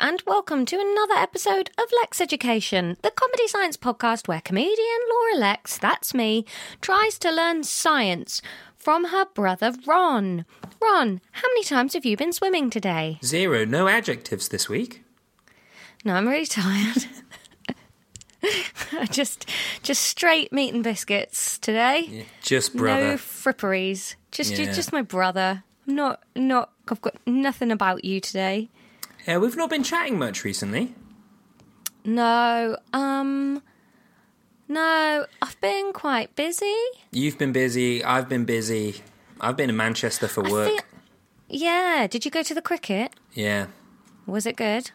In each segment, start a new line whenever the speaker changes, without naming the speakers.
and welcome to another episode of Lex Education, the comedy science podcast where comedian Laura Lex, that's me, tries to learn science from her brother Ron. Ron, how many times have you been swimming today?
Zero. No adjectives this week.
No, I'm really tired. just just straight meat and biscuits today.
Just brother.
No fripperies. Just ju-
Yeah.
just my brother. I'm not not I've got nothing about you today.
Yeah, we've not been chatting much recently.
No. Um no, I've been quite busy.
You've been busy. I've been busy. I've been in Manchester for work.
think- Yeah, did you go to the cricket?
Yeah.
Was it good?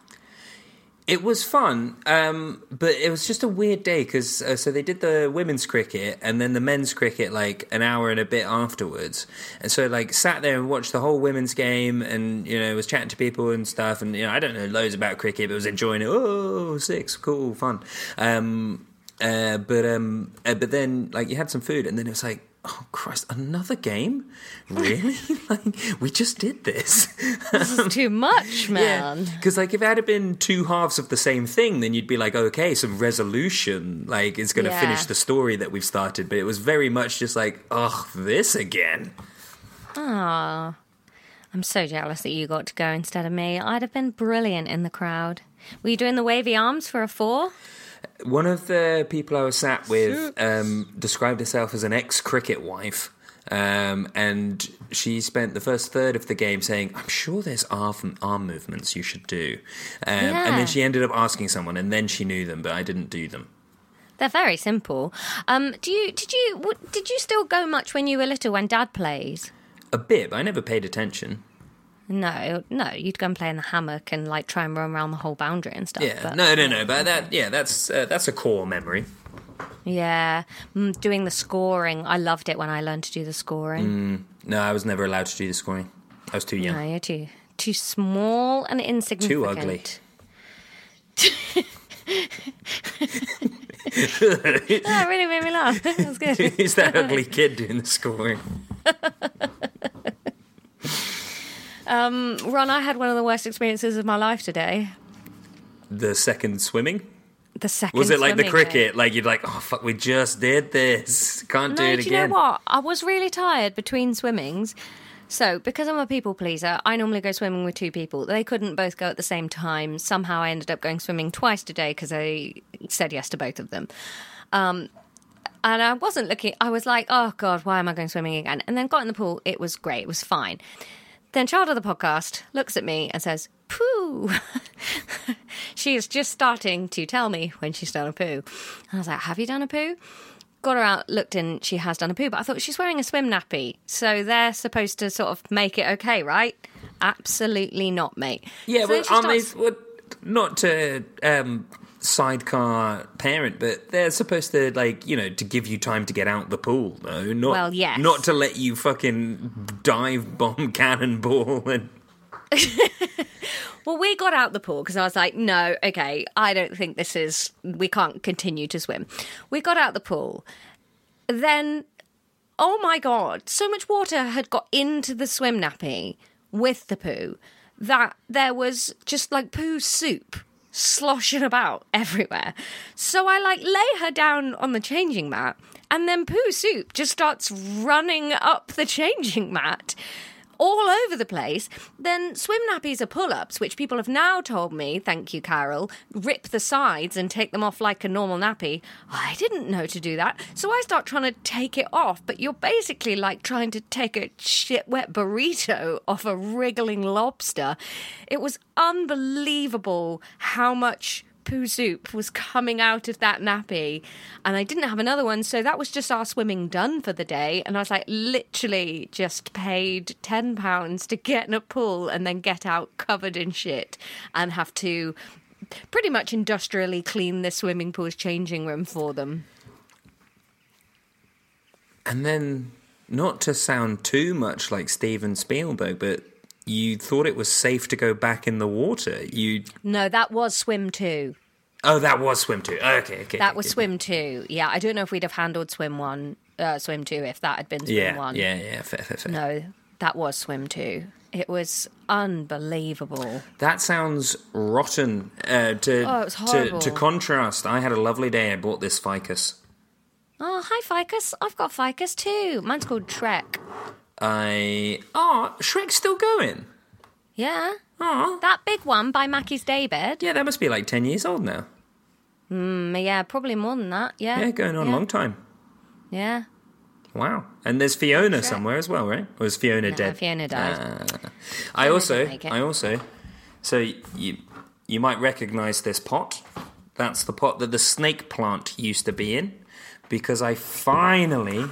It was fun, um, but it was just a weird day because uh, so they did the women's cricket and then the men's cricket like an hour and a bit afterwards, and so like sat there and watched the whole women's game and you know was chatting to people and stuff and you know I don't know loads about cricket but was enjoying it. Oh, six, cool, fun. Um, uh, but um, uh, but then like you had some food and then it was like. Oh Christ! Another game, really? like we just did this.
This is too much, man.
Because like if it had been two halves of the same thing, then you'd be like, okay, some resolution, like it's going to
Yeah.
finish the story that we've started. But it was very much just like, ugh, this again.
Ah. I'm so jealous that you got to go instead of me. I'd have been brilliant in the crowd. Were you doing the wavy arms for a four?
One of the people I was sat with um, described herself as an ex cricket wife. Um, and she spent the first third of the game saying, I'm sure there's arm, arm movements you should do. Um, And
Yeah.
then she ended up asking someone, and then she knew them, but I didn't do them.
They're very simple. Um, do you did you w- did you still go much when you were little when Dad plays?
A bit, but I never paid attention.
No, no, you'd go and play in the hammock and like try and run around the whole boundary and stuff.
Yeah,
but,
no, no, no. But that, yeah, that's uh, that's a core memory.
yeah, mm, doing the scoring, I loved it when I learned to do the scoring.
Mm. No, I was never allowed to do the scoring. I was too young.
No, you're too too small and insignificant.
ugly.
that really made me laugh. That was good.
Who's that ugly kid doing the scoring?
Ron, I had one of the worst experiences of my life today.
The second swimming
The second
was it like the
swimming
cricket?
day.
Like you're like, oh fuck, we just did this. Can't do
No,
it
do you
again.
know what? I was really tired between swimmings. So, because I'm a people pleaser, I normally go swimming with two people. They couldn't both go at the same time. Somehow I ended up going swimming twice today because I said yes to both of them. Um, and I wasn't looking, I was like, oh God, why am I going swimming again? And then got in the pool. It was great. It was fine. Then, child of the podcast looks at me and says, poo. she is just starting to tell me when she's done a poo. I was like, have you done a poo? got her out, looked in, she has done a poo, but I thought she's wearing a swim nappy. So they're supposed to sort of make it okay, right? Absolutely not, mate.
Yeah,
so
well,
then she
aren't
starts-
they? What, not to um, sidecar parent, but they're supposed to like you know to give you time to get out the pool, though. Not
Well, yes.
not to let you fucking dive bomb cannonball and
Well, we got out the pool because I was like, no, okay, I don't think this is, we can't continue to swim. We got out the pool. Then, oh my God, so much water had got into the swim nappy with the poo that there was just like poo soup sloshing about everywhere. So I like lay her down on the changing mat and then poo soup just starts running up the changing mat all over the place. Then swim nappies are pull ups, which people have now told me, thank you, Carol, rip the sides and take them off like a normal nappy. I didn't know to do that. So I start trying to take it off, but you're basically like trying to take a shit wet burrito off a wriggling lobster. It was unbelievable how much poo soup was coming out of that nappy and I didn't have another one so that was just our swimming done for the day and I was like literally just paid 10 pounds to get in a pool and then get out covered in shit and have to pretty much industrially clean the swimming pool's changing room for them
And then, not to sound too much like Steven Spielberg, but you thought it was safe to go back in the water. You
no that was swim 2
oh, that was swim too. Okay, okay,
that
okay,
was
okay.
swim 2 yeah I don't know if we'd have handled swim 1 uh, swim 2 if that had been swim
Yeah,
1
yeah, yeah. Fair, fair, fair.
no That was swim two. It was unbelievable.
That sounds rotten. Uh, to,
Oh, it was
to
horrible.
to contrast, I had a lovely day. I bought this ficus.
Oh, hi, Ficus. I've got Ficus too. Mine's called Trek.
I oh Shrek's still going.
Yeah.
Oh
That big one by Mackie's Daybed.
yeah, that must be like ten years old now.
Mm, yeah, probably more than that. Yeah.
Yeah, going on a
yeah.
long time.
Yeah.
Wow. And there's Fiona somewhere as well, right? Or is Fiona dead?
Fiona died.
Ah. I also,
didn't make it.
I also, so you you might recognise this pot. That's the pot that the snake plant used to be in, because I finally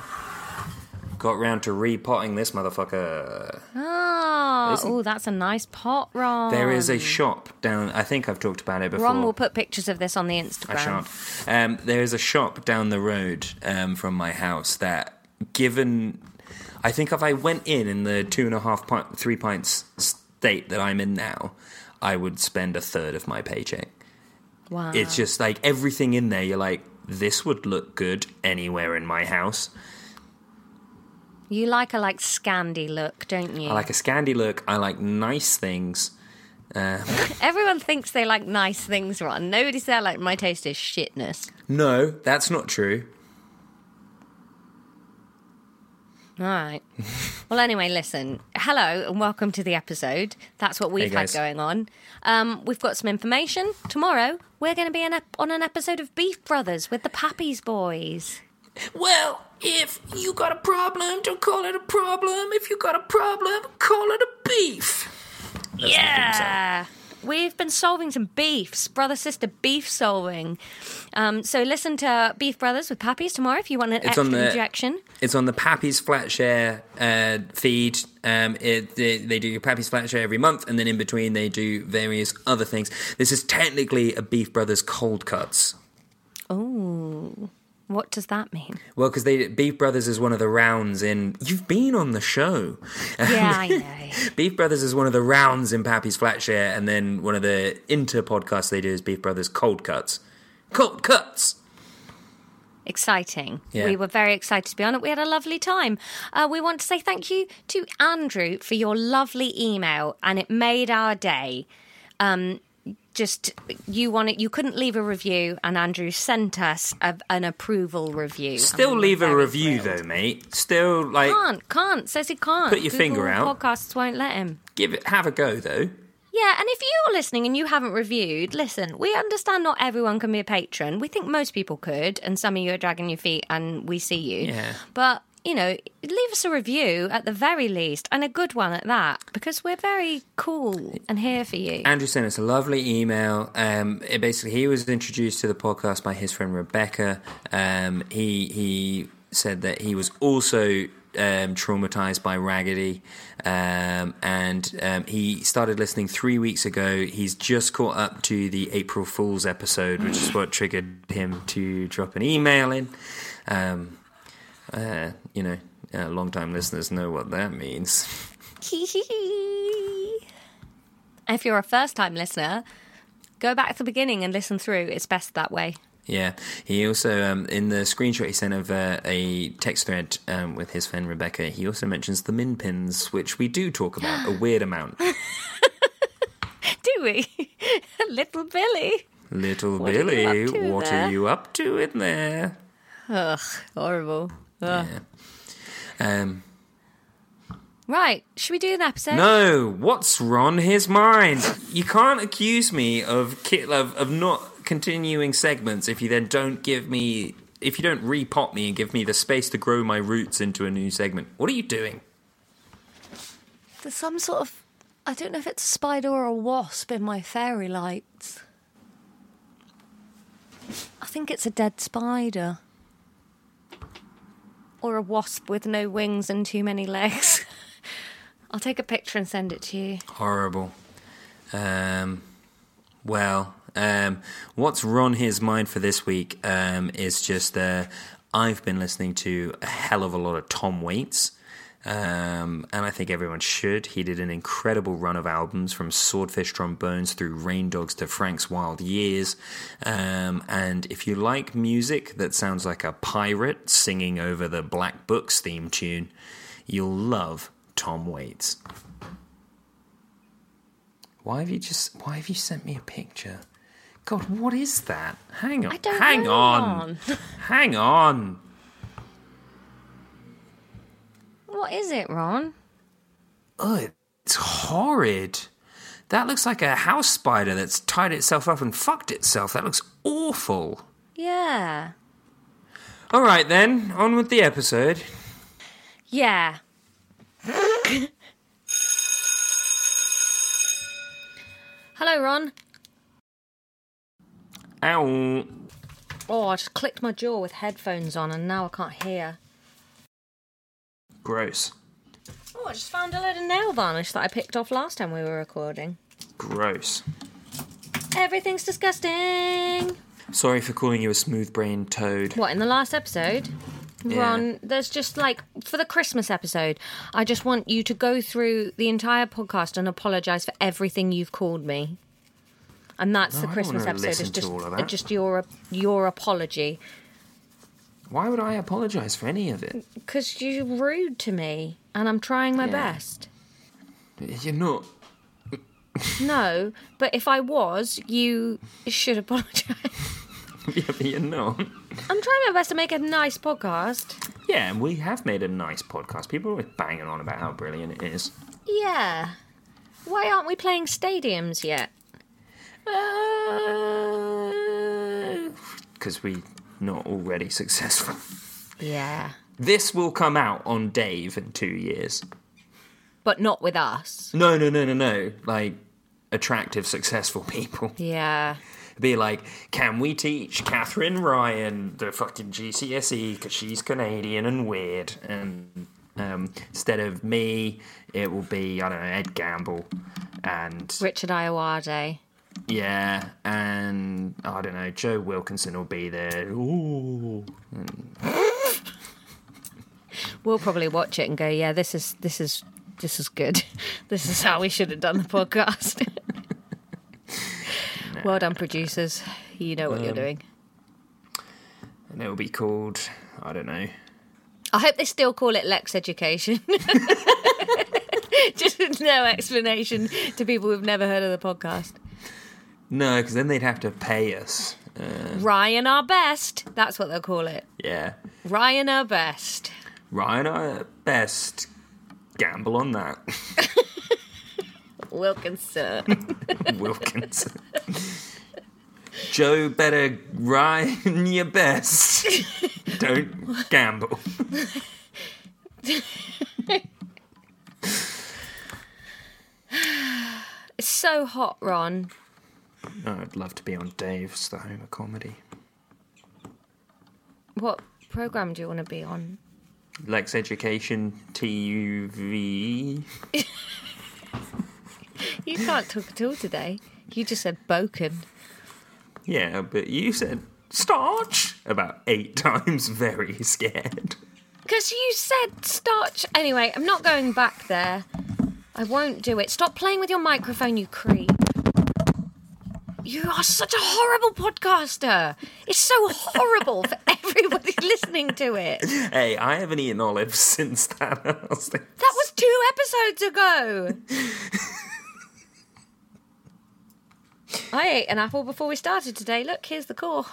got round to repotting this motherfucker.
Oh,
Isn't-
oh, that's a nice pot, Ron.
There is a shop down. I think I've talked about it before.
Ron will put pictures of this on the Instagram.
I shan't. Um, there is a shop down the road um, from my house that, given, I think if I went in in the two and a half pint, three pints state that I'm in now, I would spend a third of my paycheck.
Wow.
It's just like everything in there. You're like, this would look good anywhere in my house.
You like a like Scandi look, don't you?
I like a scandy look. I like nice things.
Everyone thinks they like nice things, Ron. Nobody's there like my taste is shitness.
No, that's not true.
All right. well, anyway, listen. Hello and welcome to the episode. That's what we've had
guys.
going on. Um, we've got some information. Tomorrow, we're going to be an ep- on an episode of Beef Brothers with the Pappies Boys.
Well, if you got a problem, don't call it a problem. If you got a problem, call it a beef.
yeah. We've been solving some beefs, brother sister beef solving. Um, so listen to Beef Brothers with Pappies tomorrow if you want an
It's
extra
on the-
injection.
It's on the Pappy's Flat Share uh, feed. Um, it, they, they do Pappy's Flat Share every month, and then in between they do various other things. This is technically a Beef Brothers cold cuts.
Oh, what does that mean?
Well, because Beef Brothers is one of the rounds in. You've been on the show.
Yeah, I know.
Beef Brothers is one of the rounds in Pappy's Flat Share, and then one of the inter podcasts they do is Beef Brothers cold cuts. Cold cuts.
exciting.
Yeah.
We were very excited to be on it. We had a lovely time. Uh, we want to say thank you to Andrew for your lovely email, and it made our day. Um, just you wanted you couldn't leave a review, and Andrew sent us a, an approval review. and
Still
we were
leave a
very
review
thrilled.
though, mate. Still like
Can't, can't says he can't.
Put your finger out.
Podcasts won't let him.
give it have a go though.
Yeah, and if you're listening and you haven't reviewed, listen, we understand not everyone can be a patron. We think most people could, and some of you are dragging your feet, and we see you.
Yeah.
But, you know, leave us a review at the very least, and a good one at that, because we're very cool and here for you.
Andrew sent us a lovely email. Um, it basically, he was introduced to the podcast by his friend Rebecca. Um, he he said that he was also um, traumatized by Raggedy, um, and um, he started listening three weeks ago. He's just caught up to the April Fools episode, which is what triggered him to drop an email in. Um, uh, you know, uh, long time listeners know what that means.
if you're a first time listener, go back to the beginning and listen through. It's best that way.
Yeah, he also um, in the screenshot he sent of uh, a text thread um, with his friend Rebecca. He also mentions the min pins, which we do talk about a weird amount.
Do we? Little Billy.
Little
What are you
Billy,
up to in
what are
there?
you up to in there?
Ugh, horrible. Ugh.
Um,
Right, should we do an episode?
no, what's Ron his mind? You can't accuse me of ki- of, of not continuing segments if you then don't give me if you don't repot me and give me the space to grow my roots into a new segment. What are you doing?
There's some sort of. I don't know if it's a spider or a wasp in my fairy lights. I think it's a dead spider.
or a wasp with no wings and too many legs. I'll take a picture and send it to you.
Horrible. Um, well, um, what's Ron his mind for this week um, is just uh, I've been listening to a hell of a lot of Tom Waits. Um, and I think everyone should. He did an incredible run of albums from Swordfish Trombones through Rain Dogs to Frank's Wild Years. Um, and if you like music that sounds like a pirate singing over the Black Books theme tune, you'll love Tom Waits. Why have you just? Why have you sent me a picture? God, what is that? Hang on.
I don't
Hang
know.
on. Hang on.
What is it, Ron?
Ugh, it's horrid. That looks like a house spider that's tied itself up and fucked itself. That looks awful.
Yeah.
All right then, on with the episode.
Yeah. Hello, Ron.
Ow.
Oh, I just clicked my jaw with headphones on and now I can't hear.
Gross.
Oh, I just found a load of nail varnish that I picked off last time we were recording.
Gross.
Everything's disgusting.
Sorry for calling you a smooth brained toad.
What, in the last episode?
Yeah.
Ron, there's just like for the Christmas episode, I just want you to go through the entire podcast and apologize for everything you've called me. And that's
No,
the
I don't
Christmas
wanna
episode. It's
listen to
just
all of
it's
that.
just your your apology
Why would I apologise for any of it?
cuz you're rude to me and I'm trying my
Yeah.
best.
You're not.
No, but if I was, you should apologize.
Yeah, but you're not.
I'm trying my best to make a nice podcast.
Yeah, and we have made a nice podcast. People are always banging on about how brilliant it is.
Yeah. Why aren't we playing stadiums yet?
Uh, Because we're not already successful.
Yeah.
This will come out on Dave in two years.
But not with us.
No, no, no, no, no. Like, attractive, successful people.
Yeah.
be like, can we teach Catherine Ryan the fucking GCSE because E she's Canadian and weird? And um, instead of me, it will be I don't know Ed Gamble, and
Richard Iowade.
yeah, and I don't know Joe Wilkinson will be there. Ooh,
We'll probably watch it and go, yeah, this is this is this is good. This is how we should have done the podcast. Well done, producers. You know what you're doing.
and it will be called I don't know.
I hope they still call it Lex Education. Just with no explanation to people who've never heard of the podcast.
No, because then they'd have to pay us. Uh,
Ryan Our Best. That's what they'll call it.
yeah,
Ryan Our Best.
Ryan, I best gamble on that.
Wilkinson.
Wilkinson. Joe, better rhyme your best. Don't gamble.
It's so hot, Ron.
Oh, I'd love to be on Dave's The Home of Comedy.
What program do you want to be on?
Lex Education TV.
You can't talk at all today. You just said Boken.
Yeah, but you said starch about eight times. Very scared.
Because you said starch. Anyway, I'm not going back there. I won't do it. Stop playing with your microphone, you creep. You are such a horrible podcaster. It's so horrible for everybody listening to it. That
Hey, I haven't eaten olives since that. last thing.
was two episodes ago. I ate an apple before we started today. Look, here's the core.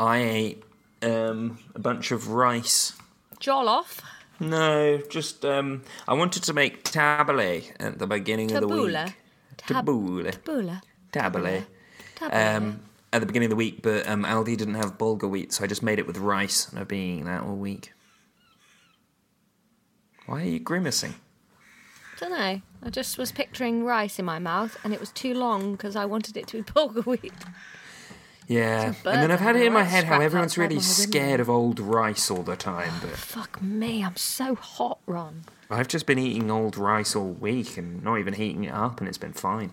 I ate um, a bunch of rice.
Jollof.
No, just um, I wanted to make tabbouleh at the beginning of the
Tabbouleh?
week.
Tab-
Tabbouleh.
Bula.
Tabbouleh. Um, at the beginning of the week, but um, Aldi didn't have bulgur wheat, so I just made it with rice, and I've been eating that all week. Why are you grimacing?
Don't know. I just was picturing rice in my mouth, and it was too long because I wanted it to be bulgur wheat.
Yeah,
bird
and then I've had it in my
rice
head how
wrapped
everyone's
outside
really
my window.
scared of old rice all the time, but
Fuck me, I'm so hot, Ron.
I've just been eating old rice all week and not even heating it up, and it's been fine.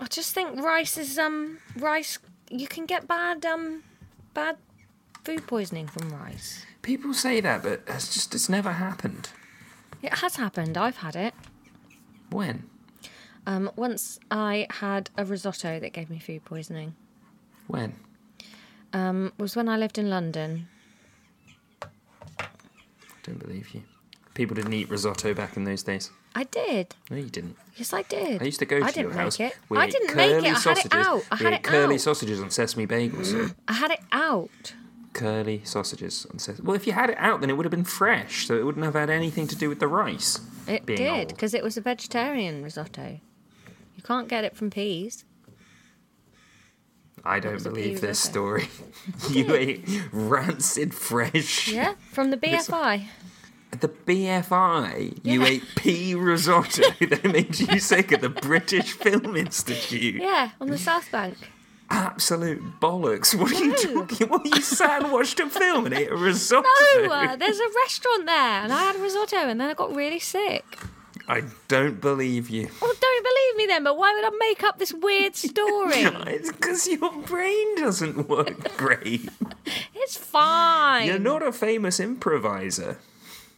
I just think rice is um rice. You can get bad um bad food poisoning from rice.
People say that, but it's just it's never happened.
It has happened. I've had it.
When?
Um, once I had a risotto that gave me food poisoning.
When?
Um, was when I lived in London.
Don't believe you. People didn't eat risotto back in those days.
I did.
No, you didn't.
Yes, I did.
I used to go to
I didn't
your
make
house.
It.
We
I
ate
didn't make it.
curly
I had it
sausages.
out. I
we
had
ate
it
curly
out.
sausages on sesame bagels.
I had it out.
curly sausages on sesame. Well, if you had it out, then it would have been fresh, so it wouldn't have had anything to do with the rice.
It
being
did
old.
because it was a vegetarian risotto. You can't get it from peas.
I don't
was a
believe
pea
this
risotto.
story. you ate rancid fresh.
Yeah, from the BFI.
At the BFI, you
Yeah.
ate pea risotto that made you sick at the British Film Institute.
Yeah, on the South Bank.
Absolute bollocks. What are you
No.
talking? What you sat and watched a film and ate a risotto?
No, uh, there's a restaurant there, and I had risotto, and then I got really sick.
I don't believe you.
Well, don't believe me then, but why would I make up this weird story?
It's because your brain doesn't work great.
it's fine.
You're not a famous improviser.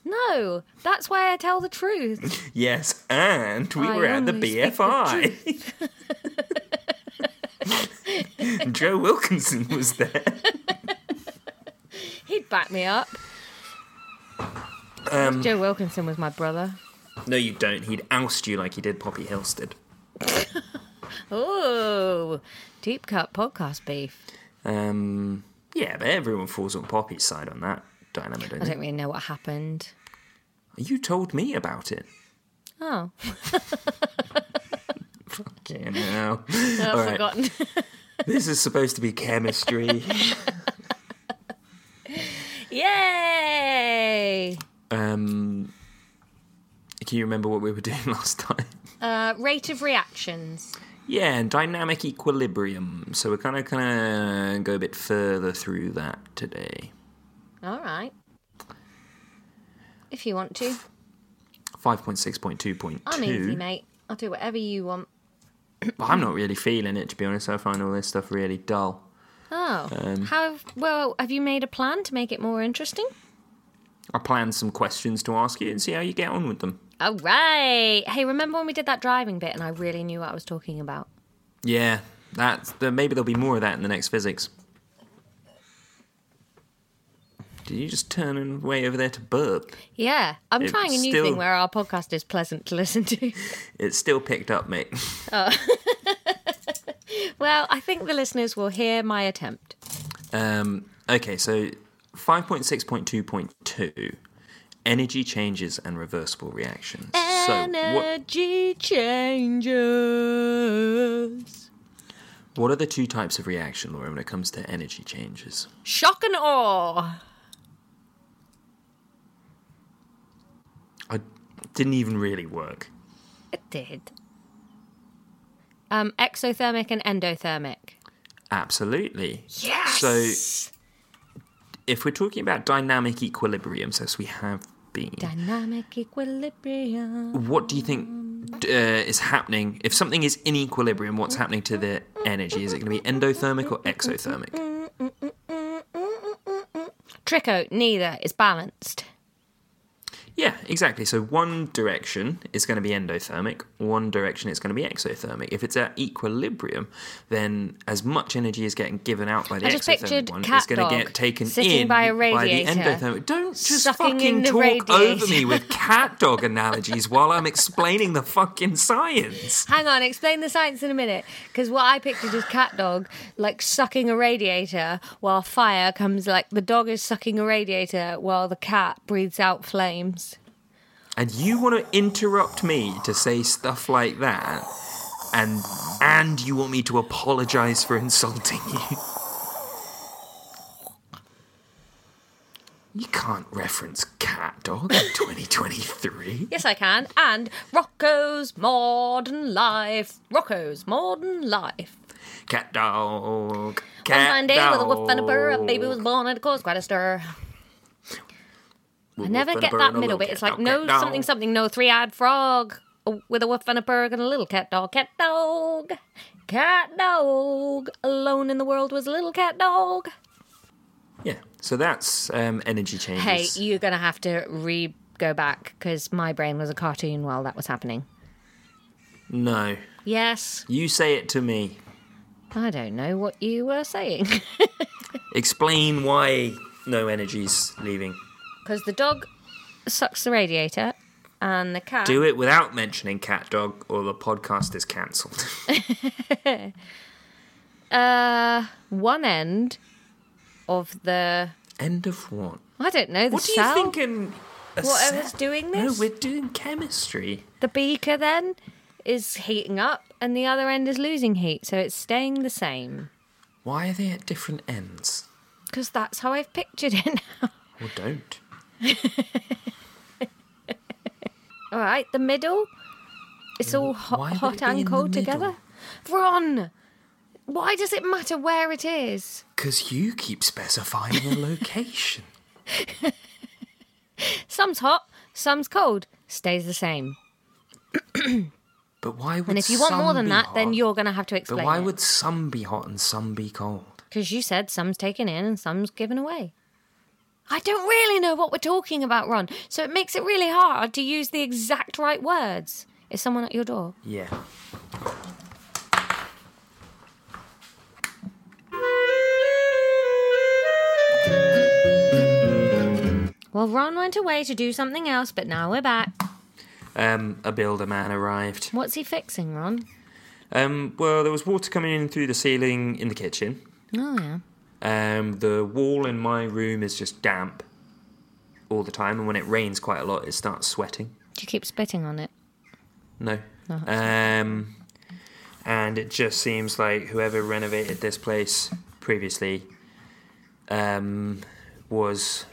No, that's why I tell the truth.
Yes, and we
I
were at the
only speak the
BFI. Joe Wilkinson was there.
He'd back me up.
Um,
Joe Wilkinson was my brother.
No, you don't. He'd oust you like he did Poppy Hillstead.
Ooh, deep cut podcast beef.
Um, yeah, but everyone falls on Poppy's side on that dilemma, don't
I
they?
don't really know what happened.
You told me about it.
Oh,
Fucking hell.
I've
All right,
forgotten.
this is supposed to be chemistry.
Yay!
um, can you remember what we were doing last time?
Uh, rate of reactions.
Yeah, and dynamic equilibrium. So we're kind of kind of go a bit further through that today.
All right. If you want to.
Five point six point two point
I'm easy,
two.
mate. I'll do whatever you want.
But I'm not really feeling it to be honest. I find all this stuff really dull.
Oh,
Um,
how? Well, have you made a plan to make it more interesting?
I planned some questions to ask you and see how you get on with them.
All right. Hey, remember when we did that driving bit and I really knew what I was talking about?
Yeah, that's the, maybe there'll be more of that in the next physics. Did you just turn and way over there to burp?
Yeah, I'm
It
trying a new
still-
thing where our podcast is pleasant to listen to.
It's still picked up, mate.
well, I think the listeners will hear my attempt.
Um, okay, so 5.6.2.2 energy changes and reversible reactions. So, what,
Energy changes.
what are the two types of reaction, Laura, when it comes to energy changes?
Shock and awe.
I didn't even really work.
It did. Um, exothermic and endothermic.
Absolutely.
Yes.
So, if we're talking about dynamic equilibriums, as we have been,
Dynamic equilibrium.
what do you think uh, is happening? If something is in equilibrium, what's happening to the energy? Is it going to be endothermic or exothermic?
Trico, neither. It's balanced.
Yeah, exactly. So one direction is going to be endothermic, one direction is going to be exothermic. If it's at equilibrium, then as much energy is getting given out by the
I just
exothermic
pictured
one
cat
is going to
dog
get taken
sitting
in
by a
the
radiator,
endothermic. Don't just
sucking in
fucking
the
talk over me
radiator.
with cat dog analogies while I'm explaining the fucking science.
Hang on, explain the science in a minute. Because what I pictured is cat dog like sucking a radiator while fire comes, like the dog is sucking a radiator while the cat breathes out flames.
And you want to interrupt me to say stuff like that, and and you want me to apologize for insulting you. You can't reference cat dog in 2023.
Yes, I can. And Rocco's Modern Life. Rocco's Modern Life.
Cat dog.
One
Cat
fine day with a woof and a burr, a
dog.
baby was born and it caused quite a stir.
Woof
I
and
never
a
get
burr
that
and a
middle
little
bit. It's like
cat dog,
no
cat dog.
something something no three eyed frog with a woof and a burg and a little cat dog. Cat dog, cat dog. Alone in the world was a little cat dog.
Yeah, so that's um, energy changes.
Hey, you're gonna have to re go back because my brain was a cartoon while that was happening.
no,
Yes,
you say it to me.
I don't know what you were saying
Explain why no energy's leaving.
because the dog sucks the radiator, and the cat.
Do it without mentioning cat dog, or the podcast is cancelled.
Uh, one end of the.
End of what?
I don't know. The
What do you
cell?
think in a
Whatever's
set?
doing
No,
this?
we're doing chemistry.
The beaker then is heating up, and the other end is losing heat, so it's staying the same.
Why are they at different ends?
Because that's how I've pictured it now.
Or don't?
All right, the middle. It's all hot,
why would
hot
it be in
and
the
cold
middle?
together. Ron, why does it matter where it is?
Because you keep specifying the location.
Some's hot, some's cold. Stays the same.
But why would
And if you want
some
more than
be
that, then
hot?
you're going to have to
But
explain.
why would some be hot and some be cold?
Because you said some's taken in and some's given away. I don't really know what we're talking about, Ron. So it makes it really hard to use the exact right words. Is someone at your door?
Yeah.
Well, Ron went away to do something else, but now we're back.
Um, a builder man arrived.
What's he fixing, Ron?
Um, well, there was water coming in through the ceiling in the kitchen.
Oh, yeah.
Um, the wall in my room is just damp all the time, and when it rains quite a lot, it starts sweating.
Do you keep spitting on it?
No.
No, that's
um, and it just seems like whoever renovated this place previously um, was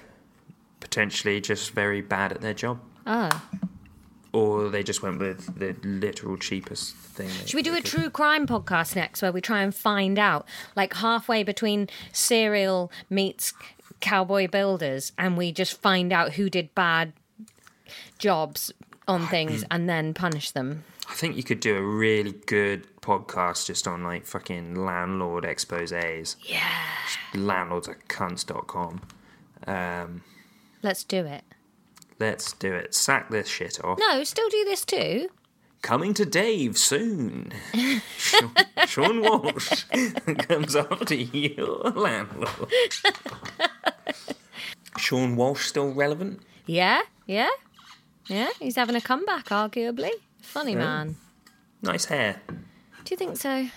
potentially just very bad at their job.
Oh.
Or they just went with the literal cheapest thing.
Should we do a true crime podcast next where we try and find out, like halfway between serial meets cowboy builders, and we just find out who did bad jobs on things and then punish them?
I think you could do a really good podcast just on like fucking landlord exposés. Yeah. Landlords are cunts.com. Um,
Let's do it.
let's do it. Sack this shit off.
No, still do this too.
Coming to Dave soon. Sean, Sean Walsh comes after your landlord. Sean Walsh still relevant?
Yeah, yeah, yeah. He's having a comeback, arguably. Funny
Yeah.
man.
Nice hair.
Do you think so?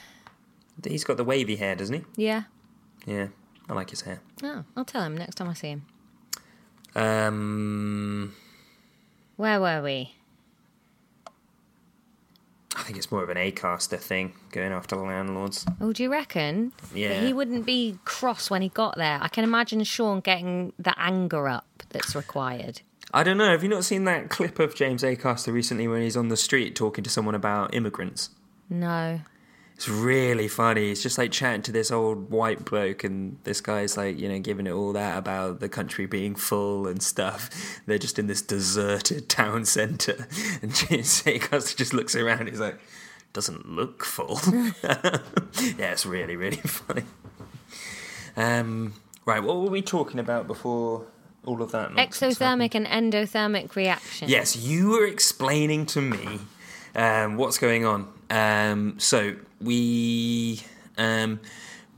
He's got the wavy hair, doesn't
Yeah.
he? Yeah, I like his hair.
Oh, I'll tell him next time I see him.
Um,
Where were we?
I think it's more of an Acaster thing, going after landlords.
Oh, do you reckon?
Yeah.
But he wouldn't be cross when he got there. I can imagine Sean getting the anger up that's required.
I don't know. Have you not seen that clip of James Acaster recently when he's on the street talking to someone about immigrants?
No.
It's really funny. He's just like chatting to this old white bloke, and this guy's like, you know, giving it all that about the country being full and stuff. They're just in this deserted town centre, and James Acaster just looks around. He's like, doesn't look full. yeah, it's really, really funny. Um, right, what were we talking about before all of that? nonsense happened?
Exothermic and endothermic reaction.
Yes, you were explaining to me um, what's going on. Um, so we um,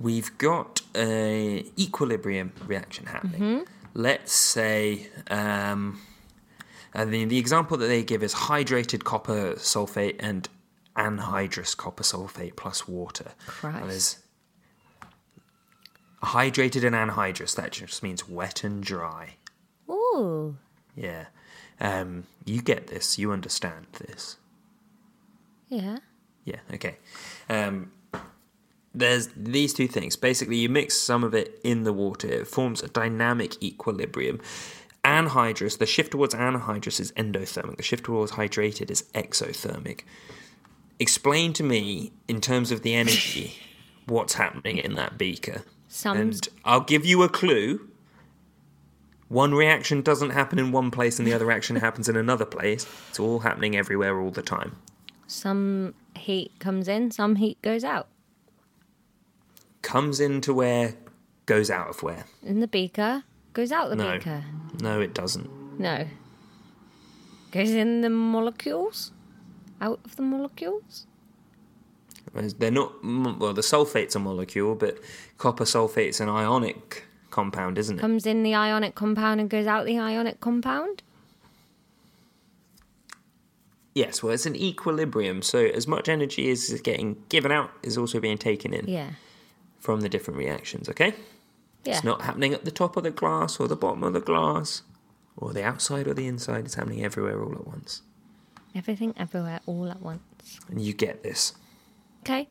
we've got a equilibrium reaction happening. Let's say, um, and the, the example that they give is hydrated copper sulfate and anhydrous copper sulfate plus water.
Christ.
And there's hydrated and anhydrous. That just means wet and dry.
Ooh.
Yeah. Um, you get this. You understand this.
Yeah.
Yeah. Okay. Um, there's these two things. Basically, you mix some of it in the water. It forms a dynamic equilibrium. Anhydrous, the shift towards anhydrous is endothermic. The shift towards hydrated is exothermic. Explain to me, in terms of the energy, what's happening in that beaker.
Some
And I'll give you a clue. One reaction doesn't happen in one place and the other action happens in another place. It's all happening everywhere all the time.
some heat comes in, some heat goes out.
Comes into where, goes out of where.
In the beaker, goes out the
No.
beaker.
No, it doesn't.
No. Goes in the molecules? Out of the molecules?
Whereas They're not, m- well, the sulfate's a molecule, but copper sulfate's an ionic compound, isn't it?
Um, Comes in the ionic compound and goes out the ionic compound?
Yes, well, it's an equilibrium. So as much energy as is getting given out is also being taken in
Yeah.
from the different reactions. Okay,
Yeah.
it's not happening at the top of the glass or the bottom of the glass or the outside or the inside. It's happening everywhere all at once,
Everything everywhere all at once.
and you get this.
Okay.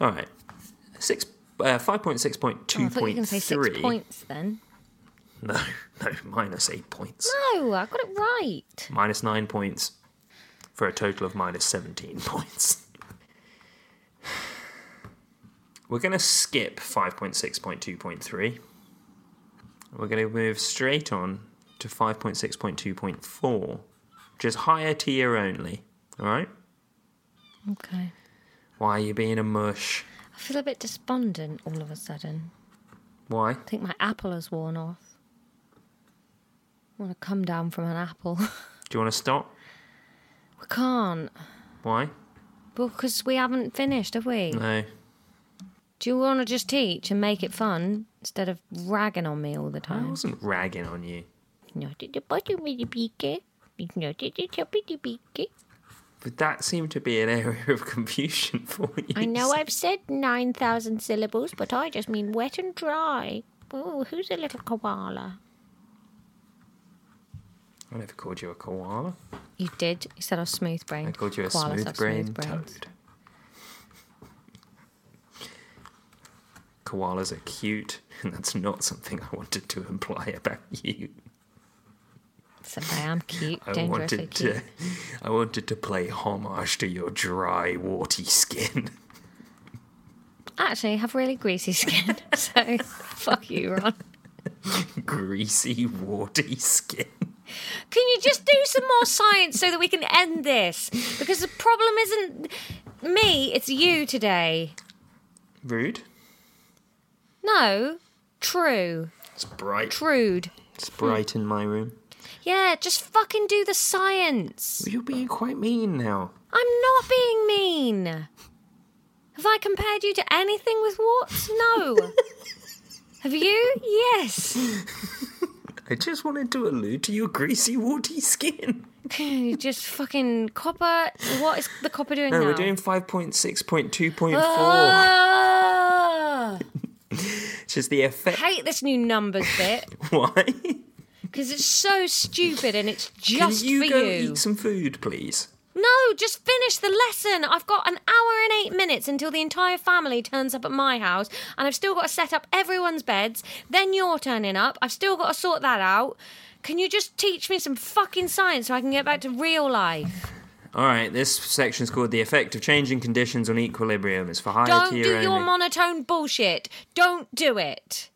All right, six. Uh, Five point six point
Oh, I thought you
two
were
point
going to say six
three.
points then.
No, no, minus eight points.
No, I got it right.
minus nine points for a total of minus 17 points. We're going to skip 5.6.2.3. We're going to move straight on to 5.6.2.4, which is higher tier only. All right?
Okay.
Why are you being a mush?
I feel a bit despondent all of a sudden.
Why?
I think my apple has worn off. I want to come down from an apple.
Do you want to stop?
we can't.
Why?
Because we haven't finished, have we?
No.
Do you want to just teach and make it fun instead of ragging on me all the
I
time?
wasn't ragging on you.
Not at the bottom of the beaker. It's not at the top of the beaker.
But that seemed to be an area of confusion for you.
I know I've said 9,000 syllables, but I just mean wet and dry. Ooh, who's a little koala?
I never called you a koala.
You did. You said I was smooth brained.
I called you a
Koalas
smooth
have
brain
brains.
toad. Koalas are cute, and that's not something I wanted to imply about you.
Except I am cute,
I
dangerously
wanted
cute.
to, I wanted to play homage to your dry, warty skin.
Actually, I have really greasy skin, so fuck you, Ron.
Greasy, warty skin.
Can you just do some more science so that we can end this? Because the problem isn't me, it's you today.
Rude.
No, true,
It's bright.
trude.
It's bright in my room.
Yeah, just fucking do the science.
You're being quite mean now.
I'm not being mean. Have I compared you to anything with what? No. Have you? Yes.
I just wanted to allude to your greasy, warty skin.
You just fucking copper. What is the copper doing
No,
now?
we're doing five point six point two point four.
Ah!
which is the effect.
hate this new numbers bit
Why?
because it's so stupid and it's
Can
just
you
for
go
you.
eat some food, please?
No, just finish the lesson. I've got an hour and eight minutes until the entire family turns up at my house, and I've still got to set up everyone's beds. Then you're turning up. I've still got to sort that out. Can you just teach me some fucking science so I can get back to real life?
All right, this section's called the effect of changing conditions on equilibrium. It's for higher
Don't
tier
do
only.
your monotone bullshit. Don't do it.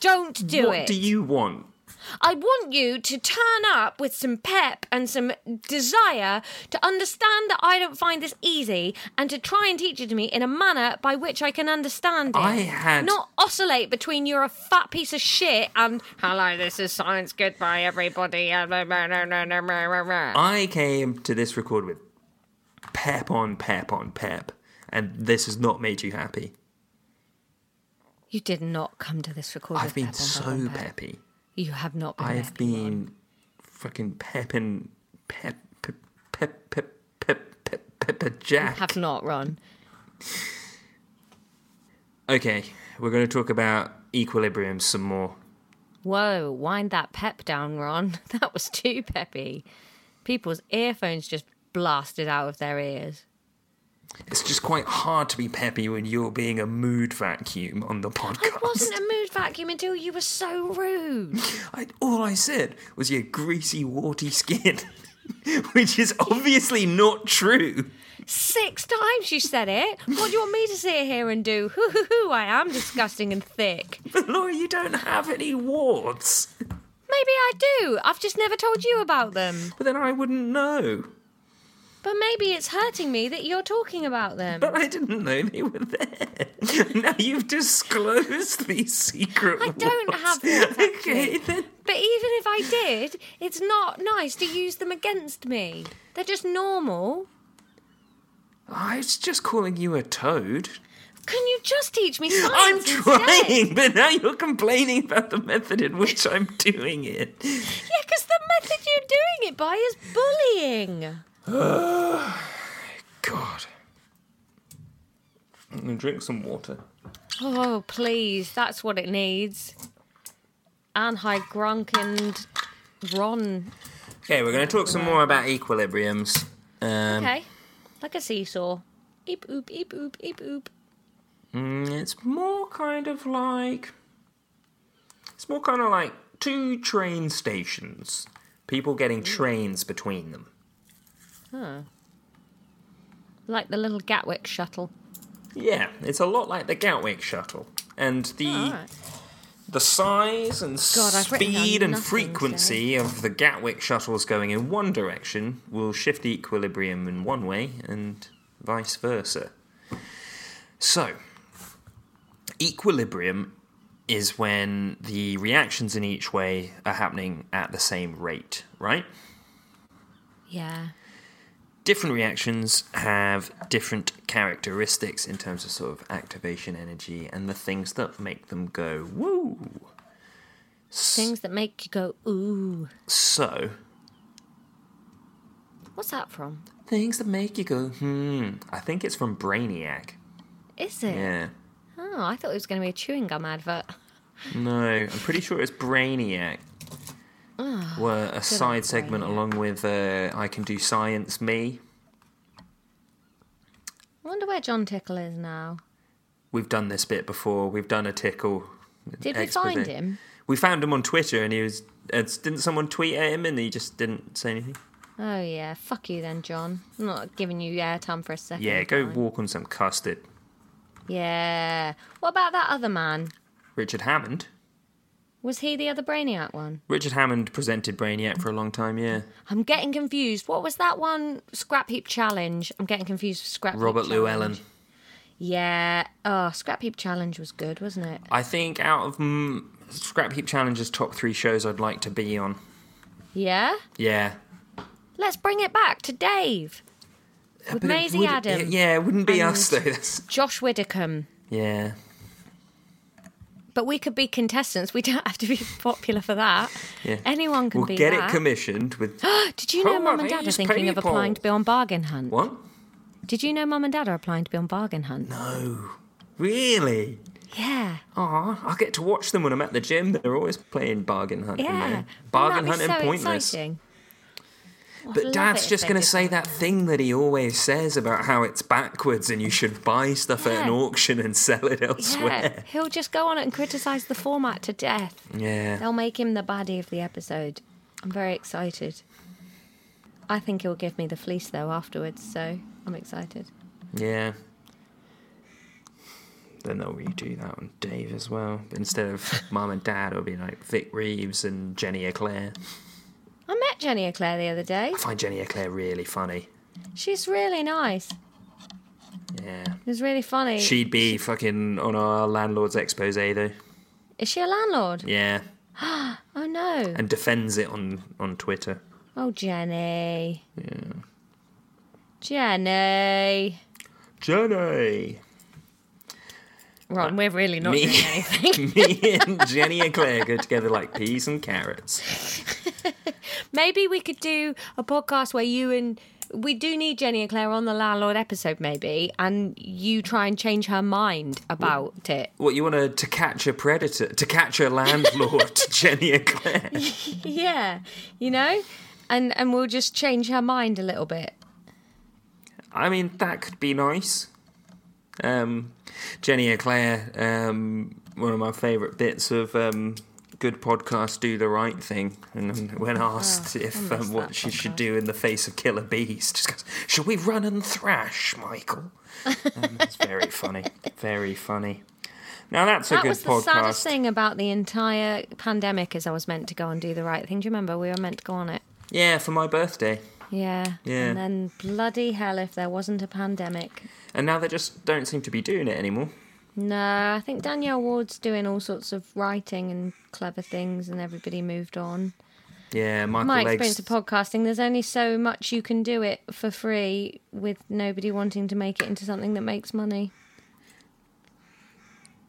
Don't do
what
it.
do you want?
I want you to turn up with some pep and some desire to understand that I don't find this easy and to try and teach it to me in a manner by which I can understand it.
I had-
Not oscillate between you're a fat piece of shit and hello, this is science, goodbye, everybody. and blah, blah, blah, blah, blah, blah, blah.
I came to this record with pep on pep on pep, and this has not made you happy.
You did not come to this recording.
I've been so peppy.
You have not been.
I
peppy,
have
Ron.
been fucking pepping pep pep pep pep pep pep pepper jack.
Have not, Ron.
Okay, we're going to talk about equilibrium some more.
Whoa, wind that pep down, Ron. That was too peppy. People's earphones just blasted out of their ears.
It's just quite hard to be peppy when you're being a mood vacuum on the
I
podcast.
wasn't a mood vacuum until you were so rude.
I- all I said was your greasy, warty skin, which is obviously not true.
Six times you said it. What do you want me to sit here and do? Hoo hoo hoo, I am disgusting and thick.
But Laura, you don't have any warts.
Maybe I do. I've just never told you about them.
But then I wouldn't know.
But maybe it's hurting me that you're talking about them.
But I didn't know they were there. now you've disclosed these secret.
I don't
warts.
have warts,
Okay, then
But even if I did, it's not nice to use them against me. They're just normal.
I was just calling you a toad.
Can you just teach me science?
I'm
Instead?
trying, but now you're complaining about the method in which I'm doing it.
Yeah, because the method you doing it by is bullying.
God. I'm going to drink some water.
Oh, please. That's what it needs. Anhide Grunk and Ron.
Okay, we're going to talk some more about equilibriums. Um,
Okay. Like a seesaw. Eep, oop, eep, oop, eep, oop.
Mm, It's more kind of like. It's more kind of like two train stations. People getting trains between them.
Like the little Gatwick shuttle.
Yeah, it's a lot like the Gatwick shuttle. And the
Alright.
the size and
God, I've written down
speed and
nothing
frequency of the Gatwick shuttles going in one direction will shift the equilibrium in one way and vice versa. So, equilibrium is when the reactions in each way are happening at the same rate, right?
Yeah.
different reactions have different characteristics in terms of sort of activation energy and the things that make them go woo.
Things that make you go, ooh.
So,
What's that from?
things that make you go hmm. I think it's from Brainiac.
Is it?
Yeah.
Oh, I thought it was going to be a chewing gum advert.
No, I'm pretty sure it's Brainiac.
Ah,
Were a side segment along with uh, I Can Do Science Me.
I wonder where John Tickle is now.
We've done this bit before. We've done a tickle.
Did we
expose.
find him?
We found him on Twitter and he was. Uh, didn't someone tweet at him and he just didn't say anything?
Oh, yeah. Fuck you then, John. I'm not giving you airtime for a second.
Yeah, go
time.
walk on some custard.
Yeah. What about that other man?
Richard Hammond.
Was he the other Brainiac one?
Richard Hammond presented Brainiac for a long time, yeah.
I'm getting confused. What was that one scrap heap challenge? I'm getting confused with scrap heap
Robert Llewellyn.
Challenge. Yeah. Oh, scrap heap challenge was good, wasn't it?
I think out of mm, Scrap Heap Challenge's top three shows I'd like to be on.
Yeah.
Yeah.
Let's bring it back to Dave with
But it
Maisie
would-
Adam,
it- yeah, it wouldn't be us, though. That's,
Josh Widdicombe.
yeah.
But we could be contestants. We don't have to be popular for that.
yeah.
Anyone can
we'll
be
get
that.
it commissioned with.
Did you know
Come
Mum
on,
and Dad are
these
thinking of applying to
people.
be on Bargain Hunt?
What?
Did you know Mum and Dad are applying to be on Bargain Hunt?
No. Really?
Yeah.
Aw, I get to watch them when I'm at the gym. They're always playing Bargain Hunt. in
Yeah.
there.
Wouldn't
Bargain
that be
Hunt and
so
Pointless.
exciting? I'd
But
love it
Dad's
if
just
they
going to
did
say that thing that he always says about how it's backwards and you should buy stuff at an
Yeah.
auction and sell it
Yeah,
elsewhere.
he'll just go on and criticise the format to death.
Yeah.
They'll make him the baddie of the episode. I'm very excited. I think he'll give me the fleece though afterwards, so I'm excited.
Yeah. Then they'll redo that on Dave as well. Instead of Mum and Dad, it'll be like Vic Reeves and Jenny Eclair.
I met Jenny Eclair the other day.
I find Jenny Eclair really funny.
She's really nice. It
Yeah.
was really funny.
She'd be fucking on our landlord's expose eh, though.
Is she a landlord?
Yeah.
Oh no.
And defends it on, on Twitter.
Oh Jenny. Yeah. Jenny.
Jenny!
Ron, we're really not
Me-
doing anything.
Me and Jenny Eclair go together like peas and carrots.
Maybe we could do a podcast where you and we do need Jenny and Claire on the landlord episode, maybe, and you try and change her mind about it.
What you want to to catch a predator, to catch a landlord, Jenny Eclair?
Yeah, you know, and and we'll just change her mind a little bit.
I mean, that could be nice. Um, Jenny Eclair, um, one of my favourite bits of um, good podcast, do the right thing. And um, when
Oh,
asked if um, what she should do in the face of killer bees, just goes, "Should we run and thrash, Michael?" Um, that's very funny. Very funny. Now that's a
That
good
was the
podcast.
saddest thing about the entire pandemic, is I was meant to go and do the right thing. Do you remember we were meant to go on it?
Yeah, for my birthday.
Yeah.
Yeah.
And then bloody hell, if there wasn't a pandemic.
And now they just don't seem to be doing it anymore.
No, I think Danielle Ward's doing all sorts of writing and clever things, and everybody moved on.
Yeah, Michael
my
Legs.
experience of podcasting there's only so much you can do it for free with nobody wanting to make it into something that makes money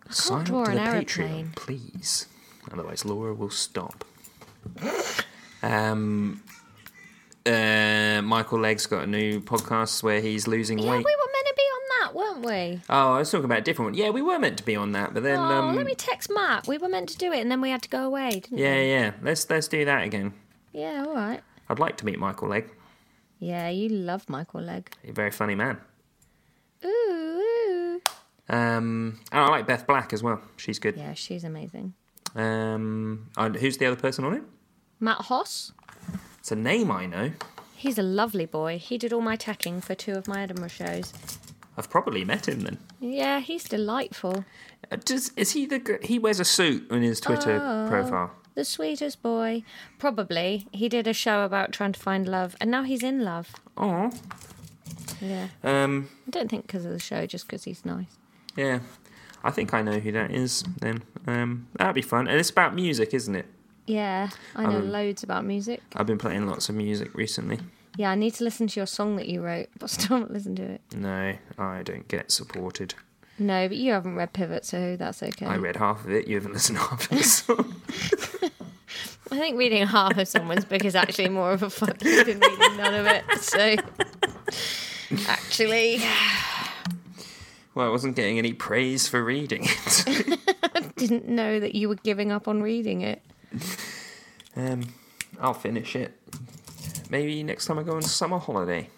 Sign up
draw
to
an
the
aeroplane.
Patreon, please. Otherwise, Laura will stop. Um, uh, Michael Legg's got a new podcast where he's losing
Yeah, we were
weight.
meant to be on that, weren't we?
Oh, I was talking about a different one. Yeah, we were meant to be on that, but then
Oh,
um,
let me text Matt. We were meant to do it, and then we had to go away, didn't
yeah, yeah. Let's let's do that again.
we? Yeah, all right.
I'd like to meet Michael Legg.
Yeah, you love Michael Legg.
He's a very funny man.
Ooh, ooh.
Um, and I like Beth Black as well. She's good.
Yeah, she's amazing.
Um, and who's the other person on it?
Matt Hoss.
It's a name I know.
He's a lovely boy. He did all my tacking for two of my Edinburgh shows.
I've probably met him then.
Yeah, he's delightful.
Uh, Does is he the g- he wears a suit in his Twitter
Oh.
profile?
The sweetest boy. Probably. He did a show about trying to find love, and now he's in love.
Oh,
Yeah.
um,
I don't think because of the show, just because he's nice.
yeah. I think I know who that is. Then um, that'd be fun. And it's about music, isn't it?
Yeah, I know loads about music.
I've been playing lots of music recently.
Yeah, I need to listen to your song that you wrote, but I still haven't listened to it.
No, I don't get supported.
No, but you haven't read Pivot, so that's okay.
I read half of it. You haven't listened to half of it. so-
I think reading half of someone's book is actually more of a fuck you than reading none of it. So, actually,
well, I wasn't getting any praise for reading it.
didn't know that you were giving up on reading it.
um, I'll finish it. Maybe next time I go on summer holiday.